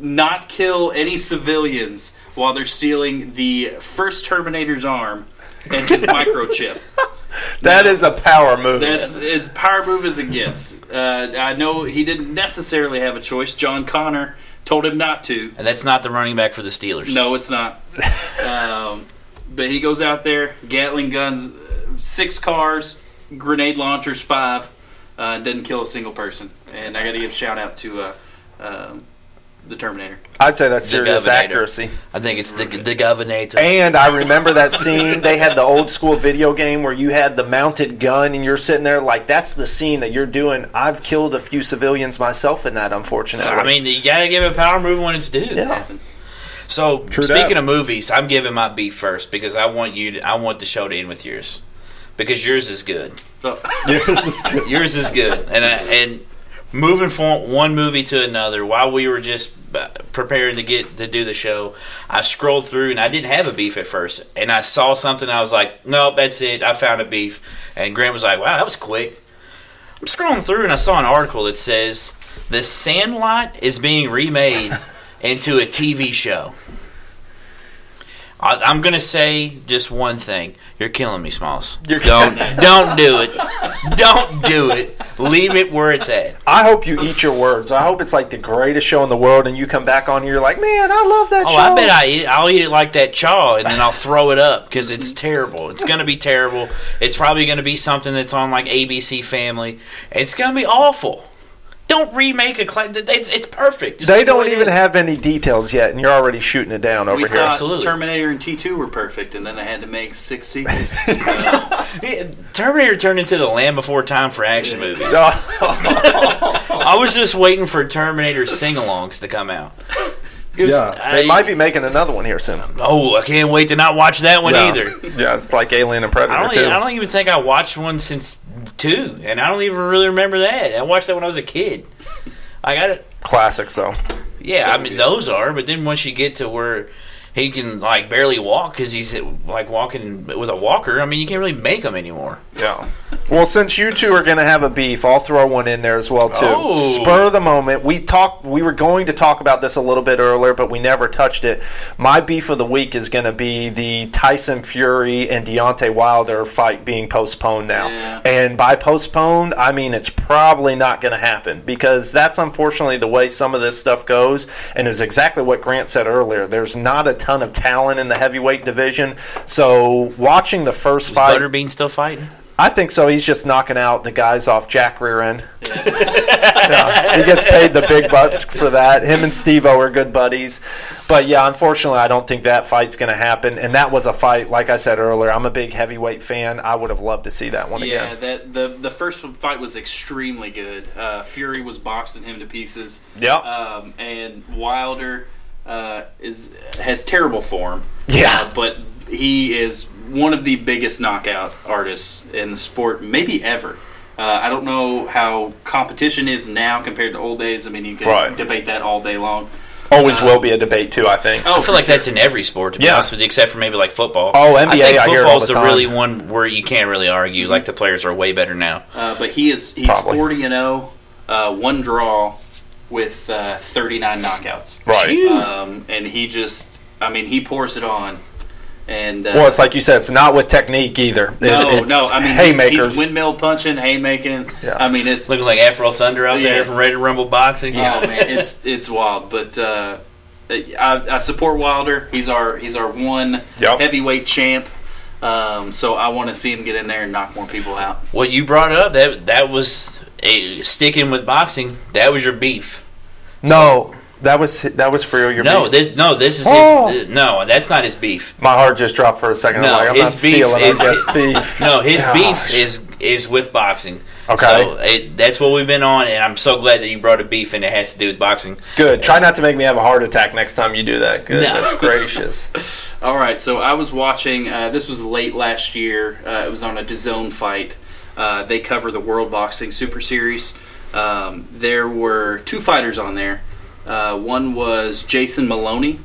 S2: not kill any civilians while they're stealing the first Terminator's arm and his microchip.
S3: That is a power move.
S2: That's as power move as it gets. Uh, I know he didn't necessarily have a choice. John Connor told him not to.
S1: And that's not the running back for the Steelers.
S2: No, it's not. um, but he goes out there, Gatling guns, uh, six cars, grenade launchers, five. Uh, doesn't kill a single person. And I got to give a shout out to uh, um, the Terminator.
S3: I'd say that's serious
S1: Governator.
S3: accuracy.
S1: I think it's the the governator.
S3: And I remember that scene. They had the old school video game where you had the mounted gun and you're sitting there like, that's the scene that you're doing. I've killed a few civilians myself in that, unfortunately.
S1: I mean, you gotta give a power move when it's due.
S3: Yeah.
S2: Happens.
S1: So
S3: True
S1: speaking
S3: that.
S1: of movies, I'm giving my beef first because I want you. To, I want the show to end with yours because yours is good.
S2: So,
S3: Yours is good.
S1: Yours is good, and I, and moving from one movie to another. While we were just uh, preparing to get to do the show, I scrolled through and I didn't have a beef at first, and I saw something. I was like, "Nope, that's it. I found a beef." And Grant was like, "Wow, that was quick." I'm scrolling through and I saw an article that says the Sandlot is being remade into a TV show. I, I'm gonna say just one thing. You're killing me, Smalls.
S3: You're-
S1: don't don't do it. Don't do it. Leave it where it's at.
S3: I hope you eat your words. I hope it's like the greatest show in the world, and you come back on here you're like, man, I love that
S1: Oh,
S3: show.
S1: I bet I eat it. I'll eat it like that chaw, and then I'll throw it up because it's terrible. It's gonna be terrible. It's probably gonna be something that's on like ABC Family. It's gonna be awful. Don't remake a class. It's, it's perfect. Just
S3: They
S1: do
S3: don't
S1: it
S3: even
S1: is.
S3: have any details yet, and you're already shooting it down over
S2: We
S3: here.
S2: thought
S1: Absolutely.
S2: Terminator and T2 were perfect, and then they had to make six sequels.
S1: Yeah, Terminator turned into the Land Before Time for action movies.
S3: Oh,
S1: I was just waiting for Terminator sing-alongs to come out. 'Cause
S3: yeah,
S1: I-
S3: they might be making another one here soon.
S1: Oh, I can't wait to not watch that one
S3: yeah.
S1: either.
S3: Yeah, it's like Alien and Predator
S1: I don't,
S3: too.
S1: even, I don't even think I watched one since two, and I don't even really remember that. I watched that when I was a kid. I got it.
S3: Classics though.
S1: Yeah, I
S2: So
S1: mean
S2: good.
S1: those are, but then once you get to where he can like barely walk because he's like walking with a walker, I mean you can't really make him anymore.
S3: Yeah. Well, since you two are going to have a beef, I'll throw one in there as well too.
S1: Oh.
S3: Spur of the moment. We talked. We were going to talk about this a little bit earlier, but we never touched it. My beef of the week is going to be the Tyson Fury and Deontay Wilder fight being postponed now.
S2: Yeah.
S3: And by postponed, I mean it's probably not going to happen because that's unfortunately the way some of this stuff goes. And it's exactly what Grant said earlier. There's not a ton of talent in the heavyweight division, so watching the first fight.
S1: Butterbean still fighting.
S3: I think so. He's just knocking out the guys off Jack Rear End. Yeah, he gets paid the big bucks for that. Him and Steve O are good buddies. But yeah, unfortunately, I don't think that fight's going to happen. And that was a fight, like I said earlier, I'm a big heavyweight fan. I would have loved to see that one
S2: yeah,
S3: again.
S2: that the the first fight was extremely good. Uh, Fury was boxing him to pieces.
S3: Yep.
S2: Um, and Wilder uh, is has terrible form.
S3: Yeah.
S2: Uh, but he is one of the biggest knockout artists in the sport, maybe ever. Uh, I don't know how competition is now compared to old days. I mean, you can
S3: Right.
S2: debate that all day long.
S3: Always will be a debate, too, I think.
S2: Oh,
S1: I feel like that's in every sport, to be
S3: Yeah.
S1: honest with you, except for maybe like football.
S3: Oh, NBA,
S1: I think
S3: I hear it all
S1: football's
S3: the
S1: the,
S3: time.
S1: really one where you can't really argue. Like the players are way better now.
S2: Uh, but he is he's
S3: Probably.
S2: forty and zero, uh, one draw, with uh, thirty nine knockouts.
S3: Right.
S2: Um, and he just, I mean, he pours it on. And uh,
S3: Well, it's like you said, it's not with technique either. It-
S2: no,
S3: it's
S2: no, I mean, he's-
S3: haymakers.
S2: He's, windmill punching, haymaking.
S3: Yeah.
S2: I mean, it's
S1: Looking like Afro Thunder out there
S2: Yes.
S1: from Ready to Rumble Boxing.
S2: oh man, it's it's wild. But uh, I, I support Wilder. He's our he's our one
S3: Yep.
S2: heavyweight champ. Um, so I want to see him get in there and knock more people out.
S1: Well, you brought it up. That that was a, sticking with boxing. That was your beef.
S3: no, that was that was for your
S1: No,
S3: beef.
S1: thi- no, this is
S3: Oh.
S1: his, no. That's not his beef.
S3: My heart just dropped for a second.
S1: No,
S3: I'm like, I'm
S1: his
S3: not
S1: beef
S3: stealing.
S1: is-
S3: I guess beef.
S1: No, his
S3: Gosh.
S1: beef is is with boxing.
S3: Okay.
S1: so it, that's what we've been on, and I'm so glad that you brought a beef, and it has to do with boxing.
S3: Good. Try not to make me have a heart attack next time you do that. Good.
S1: No.
S3: That's gracious.
S2: All right, so I was watching. Uh, this was late last year. Uh, it was on a DAZN fight. Uh, they cover the World Boxing Super Series. Um, there were two fighters on there. Uh, one was Jason Maloney.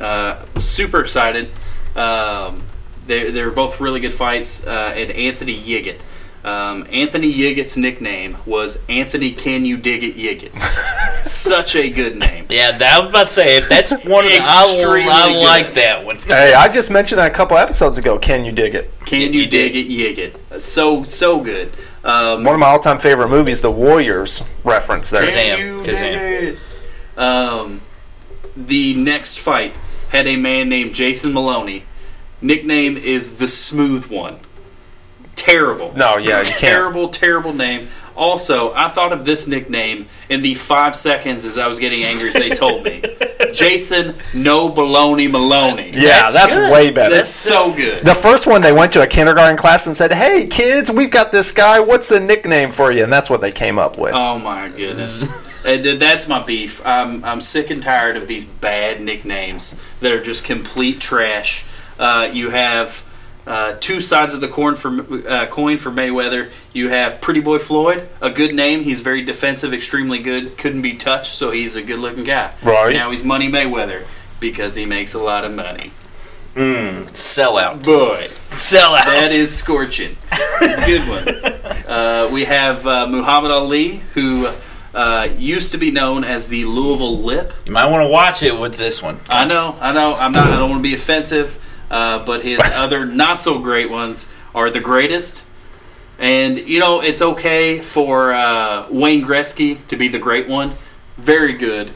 S2: Uh, super excited. Um, they, they were both really good fights. Uh, and Anthony Yiggit. Um, Anthony Yigit's nickname was Anthony Can You Dig It Yiggit. Such a good name.
S1: Yeah, that, I was about to say if that's one of the I, will- I
S2: Extremely good.
S1: like that one.
S3: hey, I just mentioned that a couple episodes ago. Can you dig it?
S2: Can
S1: You
S2: you dig
S1: dig.
S2: it, yig it? So so good. Um,
S3: One of my all-time favorite movies, The Warriors reference there.
S1: Kazam.
S2: can you dig
S1: Kazam.
S2: it? Um, the next fight had a man named Jason Maloney. Nickname is the Smooth One. Terrible.
S3: No, yeah, you can't.
S2: terrible, terrible name. Also, I thought of this nickname in the five seconds as I was getting angry as they told me. Jason No Baloney Maloney.
S3: Yeah, that's,
S1: That's good.
S3: way better.
S2: That's so good.
S3: the first one, they went to a kindergarten class and said, "Hey, kids, we've got this guy. What's the nickname for you?" And that's what they came up with.
S2: Oh my goodness, and th- that's my beef. I'm I'm sick and tired of these bad nicknames that are just complete trash. Uh, you have uh, two sides of the corn for uh, coin for Mayweather. You have Pretty Boy Floyd, a good name. He's very defensive, extremely good. Couldn't be touched, so he's a good-looking guy.
S3: Right.
S2: now he's Money Mayweather because he makes a lot of money.
S1: Sell out,
S2: Boy,
S1: sell out.
S2: that is scorching. Good one. Uh, we have uh, Muhammad Ali, who uh, used to be known as the Louisville Lip.
S1: you might want to watch it with this one.
S2: I know, I know. I'm not. I don't want to be offensive. Uh, but his other not so great ones are the greatest. And you know it's okay for uh, Wayne Gretzky to be the great one, very good.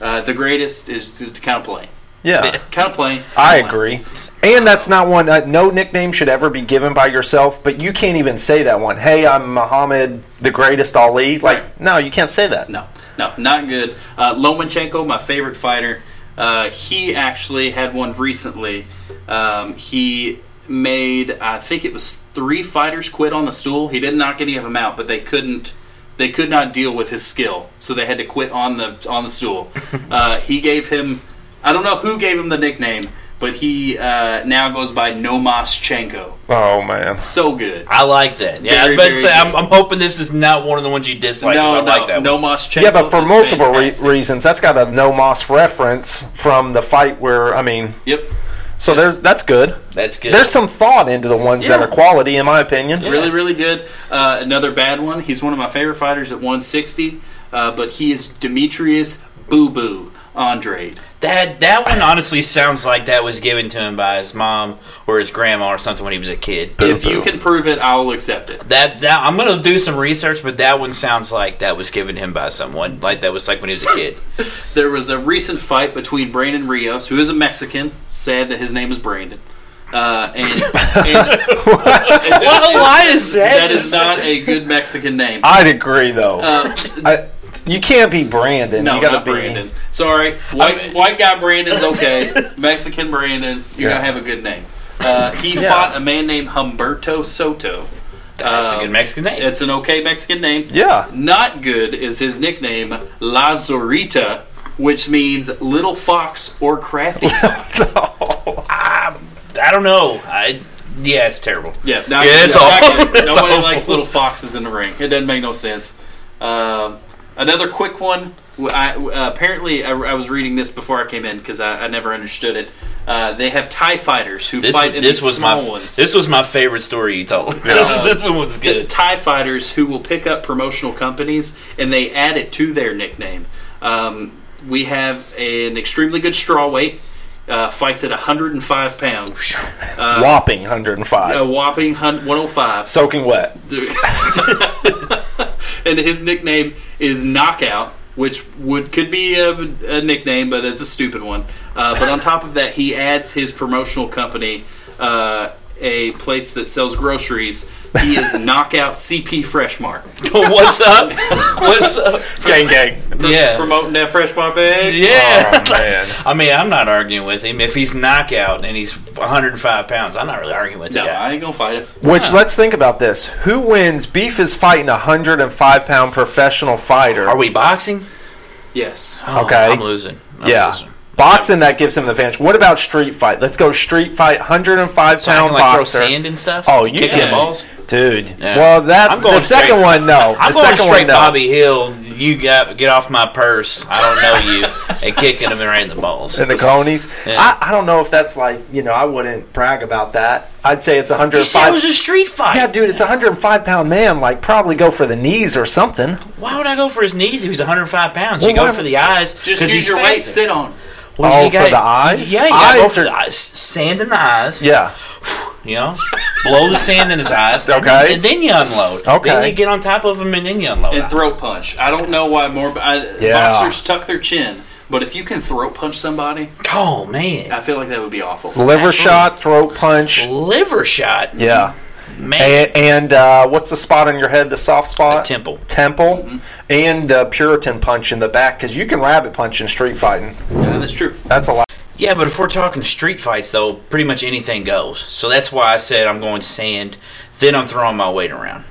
S2: Uh, the greatest is to kind of play,
S3: Yeah.
S2: kind of play.
S3: I agree. And that's not one, uh, no nickname should ever be given by yourself, but you can't even say that one. Hey, I'm Muhammad the greatest Ali. Like,
S2: Right.
S3: no, you can't say that.
S2: No, no, not good. Uh, Lomachenko, my favorite fighter, uh, he actually had one recently. Um, he made, I think it was three fighters quit on the stool. He did knock any of them out, but they couldn't. They could not deal with his skill, so they had to quit on the on the stool. Uh, he gave him, I don't know who gave him the nickname, but he uh, now goes by Nomaschenko.
S3: Oh, man.
S2: So good.
S1: I like that. Yeah, I
S2: Very,
S1: was about to
S2: very
S1: say, I'm,
S2: good.
S1: I'm hoping this is not one of the ones you dislike. 'cause
S2: no,
S1: I
S2: no,
S1: like that one.
S2: Nomaschenko.
S3: Yeah, but for
S2: is
S3: multiple re-
S2: fantastic.
S3: reasons, that's got a no moss reference from the fight where I mean,
S2: Yep.
S3: so there's that's good.
S1: That's good.
S3: There's some thought into the ones
S2: Yeah.
S3: that are quality, in my opinion.
S2: Really, really good. Uh, another bad one. He's one of my favorite fighters at 160, uh, but he is Demetrius Boo Boo Andrade.
S1: that that one honestly sounds like that was given to him by his mom or his grandma or something when he was a kid.
S2: If you can prove it, I will accept it.
S1: That that I'm gonna do some research, but that one sounds like that was given him by someone. Like that was like when he was a kid.
S2: There was a recent fight between Brandon Rios, who is a Mexican. Sad that his name is Brandon. Uh, and, and,
S1: what a lie is that?
S2: that is not a good Mexican name.
S3: I'd agree though.
S2: Uh,
S3: I, you can't be Brandon.
S2: No,
S3: you gotta
S2: not
S3: be
S2: Brandon. Sorry, white
S1: mean-
S2: white guy Brandon's okay. Mexican Brandon, you're
S3: Yeah.
S2: gonna have a good name. Uh, he
S3: Yeah.
S2: fought a man named Humberto Soto.
S1: That's a good
S2: Um,
S1: Mexican name.
S2: It's an okay Mexican name.
S3: Yeah.
S2: Not good is his nickname Lazurita, which means little fox or crafty fox. Uh,
S1: I don't know. I yeah, it's terrible.
S2: yeah, not,
S1: Yeah, it's
S2: not
S1: awful.
S2: good.
S1: It's
S2: Nobody
S1: awful.
S2: likes little foxes in the ring. It doesn't make no sense. Um, another quick one. W- I- w- uh, apparently, I, I was reading this before I came in because I, I never understood it. Uh, they have Tie fighters who
S1: This
S2: fight in
S1: this
S2: these
S1: was my
S2: small ones.
S1: this was my favorite story you told. this, this one was
S2: the
S1: good.
S2: TIE fighters who will pick up promotional companies and they add it to their nickname. Um, we have an extremely good straw weight, uh, fights at 105 pounds,
S3: whopping 105,
S2: a whopping hun- 105.
S3: soaking wet.
S2: and his nickname is Knockout, which would could be a, a nickname, but it's a stupid one. Uh, but on top of that, he adds his promotional company, uh, a place that sells groceries. He is Knockout CP Fresh Mart,
S1: What's up? What's up?
S3: Gang, gang.
S1: Yeah.
S2: promoting that Fresh Mart bag.
S1: yeah.
S3: Oh, man.
S1: I mean, I'm not arguing with him. If he's knockout and he's 105 pounds, I'm not really arguing with
S2: No,
S1: the guy.
S2: I ain't gonna fight it.
S3: Which let's think about this: Who wins? Beef is fighting a 105 pound professional fighter.
S1: Are we boxing?
S2: Yes,
S1: Oh,
S3: Okay.
S1: I'm losing. I'm
S3: yeah.
S1: losing.
S3: Boxing that gives him the advantage. What about street fight? Let's go street fight. 105
S1: So I
S3: pound
S1: can, like, throw
S3: boxer.
S1: sand and stuff.
S3: Oh, you
S1: kick
S3: can,
S1: the balls.
S3: dude.
S1: Yeah.
S3: Well, that
S1: I'm going
S3: the second
S1: straight-
S3: one, no.
S1: I'm
S3: the
S1: going
S3: second
S1: straight
S3: one, no.
S1: Bobby Hill. You got get off my purse. I don't know you, and kicking him right in the balls.
S3: And the conies.
S1: Yeah.
S3: I, I don't know if that's like you know. I wouldn't brag about that. I'd say it's
S1: He said it
S3: 105.
S1: was a street fight.
S3: yeah, dude, it's a 105 pound man. Like probably go for the knees or something.
S1: Why would I go for his knees? He was 105 pounds. you
S3: Well,
S1: go
S3: why-
S1: for the eyes
S2: just
S1: because
S2: use
S1: he's
S2: your weight.
S1: faster.
S2: Sit on. it.
S1: Well,
S3: Oh,
S1: you
S3: for the eyes?
S1: Yeah, you gotta go
S3: Eyes
S1: for
S3: are-
S1: the eyes. Sand in the eyes.
S3: Yeah.
S1: You know, blow the sand in his eyes.
S3: Okay.
S1: And then you unload. Then
S3: Okay.
S1: you get on top of him and then you unload.
S2: and throat punch. I don't know why more I,
S3: Yeah.
S2: boxers tuck their chin, but if you can throat punch somebody,
S1: oh man,
S2: I feel like that would be awful.
S3: Liver
S1: Absolutely.
S3: shot, throat punch.
S1: liver shot.
S3: Yeah.
S1: Man,
S3: And, and uh, what's the spot on your head? The soft spot.
S1: temple.
S3: Temple.
S1: Mm-hmm.
S3: And the Puritan punch in the back because you can rabbit punch in street fighting.
S2: Yeah, that's true.
S3: That's a lot.
S1: Yeah, but if we're talking street fights, though, pretty much anything goes. So that's why I said I'm going sand. Then I'm throwing my weight around.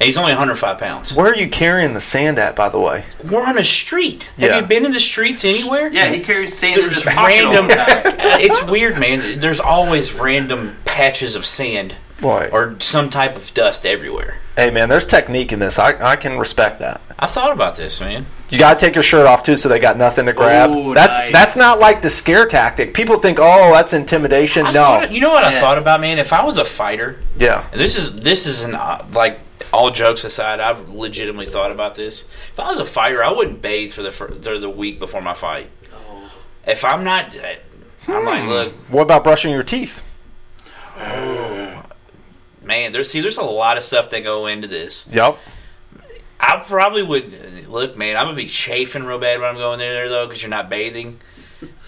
S1: And he's only 105 pounds.
S3: Where are you carrying the sand at, by the way?
S1: We're on a street.
S3: Yeah.
S1: Have you been in the streets anywhere?
S2: Yeah, he carries sand in his
S1: There's
S2: pocket all
S1: random.
S2: the time.
S1: it's weird, man. There's always random patches of sand
S3: Boy.
S1: or some type of dust everywhere.
S3: Hey, man, there's technique in this. I, I can respect that.
S1: I thought about this, man.
S3: You gotta take your shirt off too, so they got nothing to grab.
S2: Ooh,
S3: that's
S2: nice.
S3: that's not like the scare tactic. People think, oh, that's intimidation.
S1: I
S3: no,
S1: thought, you know what I
S2: Yeah.
S1: thought about, man? If I was a fighter,
S3: yeah,
S1: and this is this is an uh, like all jokes aside, I've legitimately thought about this. If I was a fighter, I wouldn't bathe for the fir- for the week
S3: Oh.
S1: before my fight. If I'm not, I'm like, look,
S3: What about brushing your teeth?
S1: man, there's see, there's a lot of stuff that go into this.
S3: Yep.
S1: I probably would look, man. I'm gonna be chafing real bad when I'm going in there though, because you're not bathing.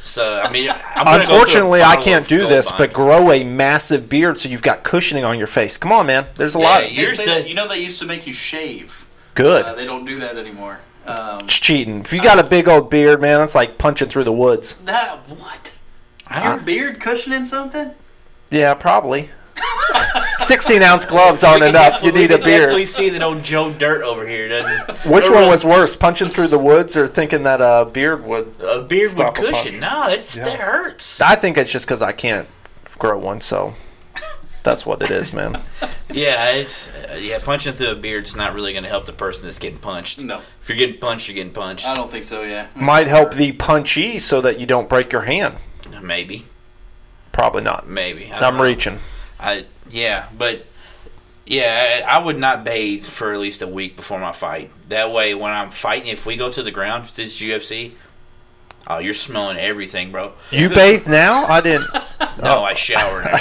S1: So I mean, I'm gonna go through a
S3: Unfortunately, I
S1: bottle
S3: can't
S1: of
S3: do
S1: Gold
S3: this,
S1: Bond.
S3: but grow a massive beard so you've got cushioning on your face. Come on, man. There's a
S1: Yeah,
S3: lot.
S1: you-
S2: They
S1: Here's
S2: say
S1: the-
S2: that- you know they used to make you shave.
S3: Good.
S2: Uh, they don't do that anymore. Um,
S3: It's cheating. If you got a big old beard, man, that's like punching through the woods.
S2: that what?
S1: I
S2: Your
S1: don't,
S2: beard cushioning something?
S3: Yeah, probably. 16 ounce gloves aren't
S1: We can
S3: enough.
S1: definitely-
S3: You need
S1: we
S3: a
S1: can Definitely
S3: beard.
S1: see that old Joe Dirt over here. Doesn't he?
S3: Which
S1: No,
S3: one
S1: no,
S3: was worse, punching through the woods or thinking that a beard would?
S1: a beard with
S3: Stop a
S1: cushion?
S3: punch.
S1: No, it's, that hurts.
S3: I think it's just because I can't grow one, so that's what it is, man.
S1: Yeah, it's uh, yeah. Punching through a beard's not really going to help the person that's getting punched.
S2: No.
S1: if you're getting punched, you're getting punched.
S2: I don't think so. Yeah.
S3: Might help the punchee so that you don't break your hand.
S1: Maybe,
S3: Probably not.
S1: maybe. I don't
S3: I'm
S1: know.
S3: reaching.
S1: I yeah, but yeah, I, I would not bathe for at least a week before my fight. That way, when I'm fighting, if we go to the ground, if this is UFC, oh, you're smelling everything, bro.
S3: You bathe now? I didn't.
S1: No, I shower now.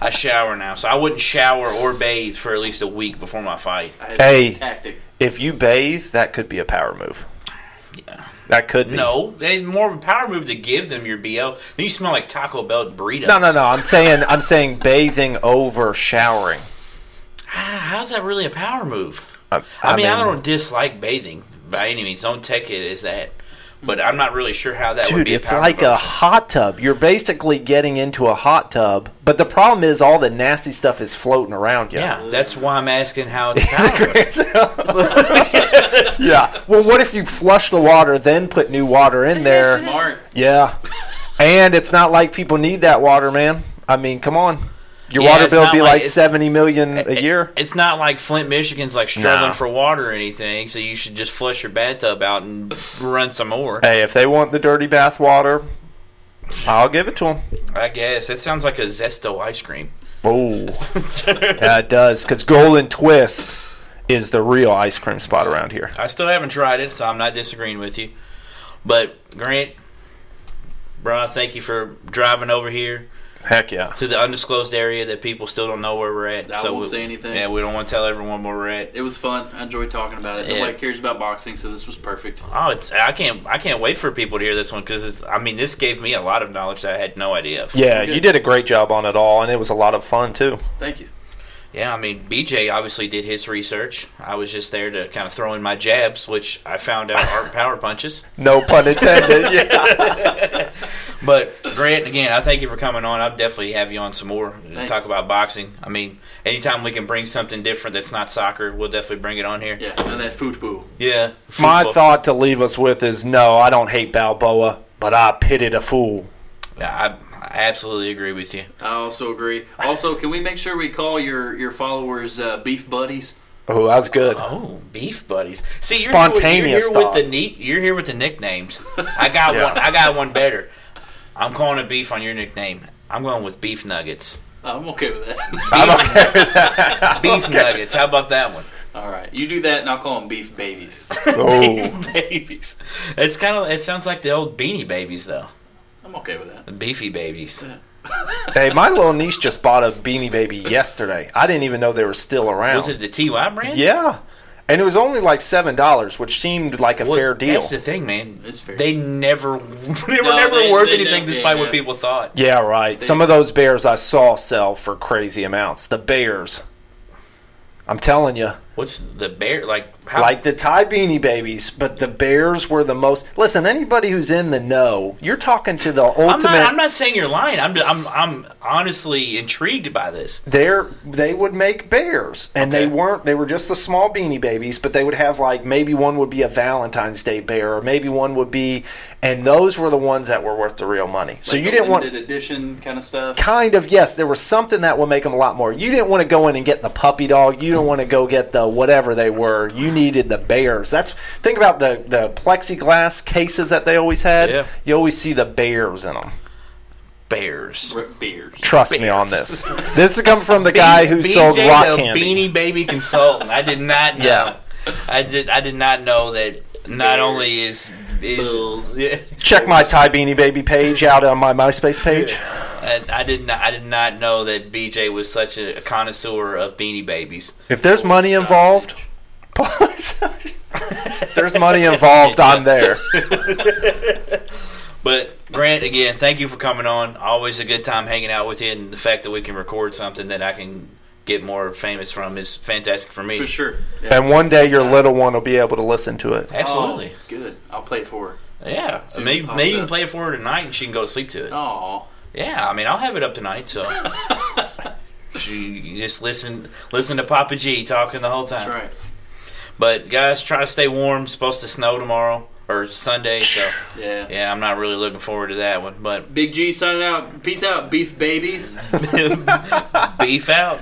S1: I shower now, so I wouldn't shower or bathe for at least a week before my fight.
S2: I had
S3: Hey.
S2: a Tactic.
S3: If you bathe, that could be a power move. That could be.
S1: No, they more of a power move to give them your bo. Then you smell like Taco Bell burritos.
S3: No, no, no. I'm saying I'm saying bathing over showering.
S1: How's that really a power move?
S3: I,
S1: I, mean, I don't dislike bathing by any means. Don't take it as that. But I'm not really sure how that would
S3: Dude,
S1: be.
S3: it's
S1: a power
S3: like a
S1: move.
S3: hot tub. You're basically getting into a hot tub, but the problem is all the nasty stuff is floating around you.
S1: Yeah, that's why I'm asking how it's a power. move.
S3: yeah. Well, what if you flush the water, then put new water in there?
S2: Smart.
S3: Yeah. And it's not like people need that water, man. I mean, come on. Your
S1: Yeah,
S3: water
S1: it's
S3: bill
S1: not
S3: would be
S1: like-
S3: like,
S1: it's-
S3: seventy million a year.
S1: It's not like Flint, Michigan's like struggling
S3: No.
S1: for water or anything, so you should just flush your bathtub out and run some more.
S3: Hey, if they want the dirty bath water, I'll give it to them.
S1: I guess that sounds like a Zesto ice cream.
S3: Oh, yeah, it does. Because Golden Twist is the real ice cream spot around here.
S1: I still haven't tried it, so I'm not disagreeing with you. But Grant, bro, thank you for driving over here
S3: Heck yeah.
S1: to the undisclosed area that people still don't know where we're at.
S2: I
S1: so
S2: won't
S1: we,
S2: say anything.
S1: Yeah, we don't want to tell everyone where we're at.
S2: It was fun. I enjoyed talking about it.
S1: Yeah.
S2: Nobody cares about boxing, so this was perfect.
S1: Oh, it's I can't I can't wait for people to hear this one because I mean this gave me a lot of knowledge that I had no idea of.
S3: Yeah, you did a great job on it all, and it was a lot of fun too.
S2: Thank you.
S1: Yeah, I mean, BJ obviously did his research. I was just there to kind of throw in my jabs, which I found out aren't power punches.
S3: No pun intended. yeah.
S1: But Grant, again, I thank you for coming on. I'll definitely have you on some more to
S2: Thanks.
S1: talk about boxing. I mean, anytime we can bring something different that's not soccer, we'll definitely bring it on here.
S2: Yeah, and that food pool.
S1: Yeah.
S3: My
S1: football.
S3: thought to leave us with is no, I don't hate Balboa, but I pitied a fool.
S1: Yeah, I, I absolutely agree with you.
S2: I also agree. Also, can we make sure we call your your followers uh, beef buddies?
S3: Oh, that was good.
S1: Oh, beef buddies. See, you're here with-
S3: Spontaneous
S1: You're here with
S3: thought.
S1: the neat. You're here with the nicknames. I got
S3: Yeah.
S1: one. I got one better. I'm calling it beef on your nickname. I'm going with beef nuggets.
S2: I'm okay with that.
S3: I'm okay with that.
S1: Beef nuggets. How about that one?
S2: All right, you do that, and I'll call them beef babies.
S3: Oh.
S1: babies. It's kind of. It sounds like the old beanie babies, though.
S2: I'm okay with that.
S1: The beefy babies.
S3: Hey, my little niece just bought a Beanie Baby yesterday. I didn't even know they were still around.
S1: Was it the TY brand?
S3: Yeah. And it was only like $7, which seemed like a
S1: Well,
S3: fair deal.
S1: That's the thing, man.
S2: It's fair.
S1: They never. They were
S2: No,
S1: never
S2: they-
S1: worth
S2: they
S1: anything,
S2: never-
S1: despite what
S2: yeah.
S1: people thought.
S3: Yeah, right. Some of those bears I saw sell for crazy amounts. The bears. I'm telling you,
S1: What's the bear like? How,
S3: like the Thai beanie babies, but the bears were the most. Listen, anybody who's in the know, you're talking to the ultimate.
S1: I'm not, I'm not saying you're lying. I'm, I'm, I'm honestly intrigued by this.
S3: They're, they would make bears, and they
S1: Okay.
S3: weren't. They were just the small beanie babies, but they would have like maybe one would be a Valentine's Day bear, or maybe one would be, and those were the ones that were worth the real money. So you
S2: The
S3: didn't want
S2: limited edition kind of stuff.
S3: kind of yes there was something that would make them a lot more you didn't want to go in and get the puppy dog you didn't want to go get the whatever they were you needed the bears that's think about the the plexiglass cases that they always had
S1: Yeah.
S3: you always see the bears in them
S1: Bears.
S2: R- Beers.
S3: trust me on this this is coming from the guy who
S1: BJ
S3: sold
S1: the
S3: rock candy
S1: Beanie Baby consultant. I did not know.
S3: Yeah.
S1: I did. I did not know that. Not
S2: Bears.
S1: only is is
S2: Bills.
S1: yeah.
S3: check my Thai beanie baby page out on my myspace page
S1: And I did not. I did not know that BJ was such a connoisseur of Beanie Babies.
S4: If there's money involved, if there's money involved, I'm there.
S1: But Grant, again, thank you for coming on. Always a good time hanging out with you, and the fact that we can record something that I can get more famous from is fantastic for me.
S2: For sure. Yeah.
S4: And one day your little one will be able to listen to it.
S1: Absolutely.
S2: Oh, good. I'll play for.
S1: Yeah.
S2: Susan
S1: maybe
S2: pops
S1: maybe you can
S2: up.
S1: play it for her tonight, and she can go to sleep to it.
S2: Oh.
S1: Yeah. I mean, I'll have it up tonight. So. She just listen listen to Papa G talking the whole time.
S2: That's right.
S1: But guys, try to stay warm. It's supposed to snow tomorrow or Sunday, so
S2: Yeah.
S1: yeah, I'm not really looking forward to that one. But
S2: Big G signing out. Peace out, beef babies.
S1: beef out.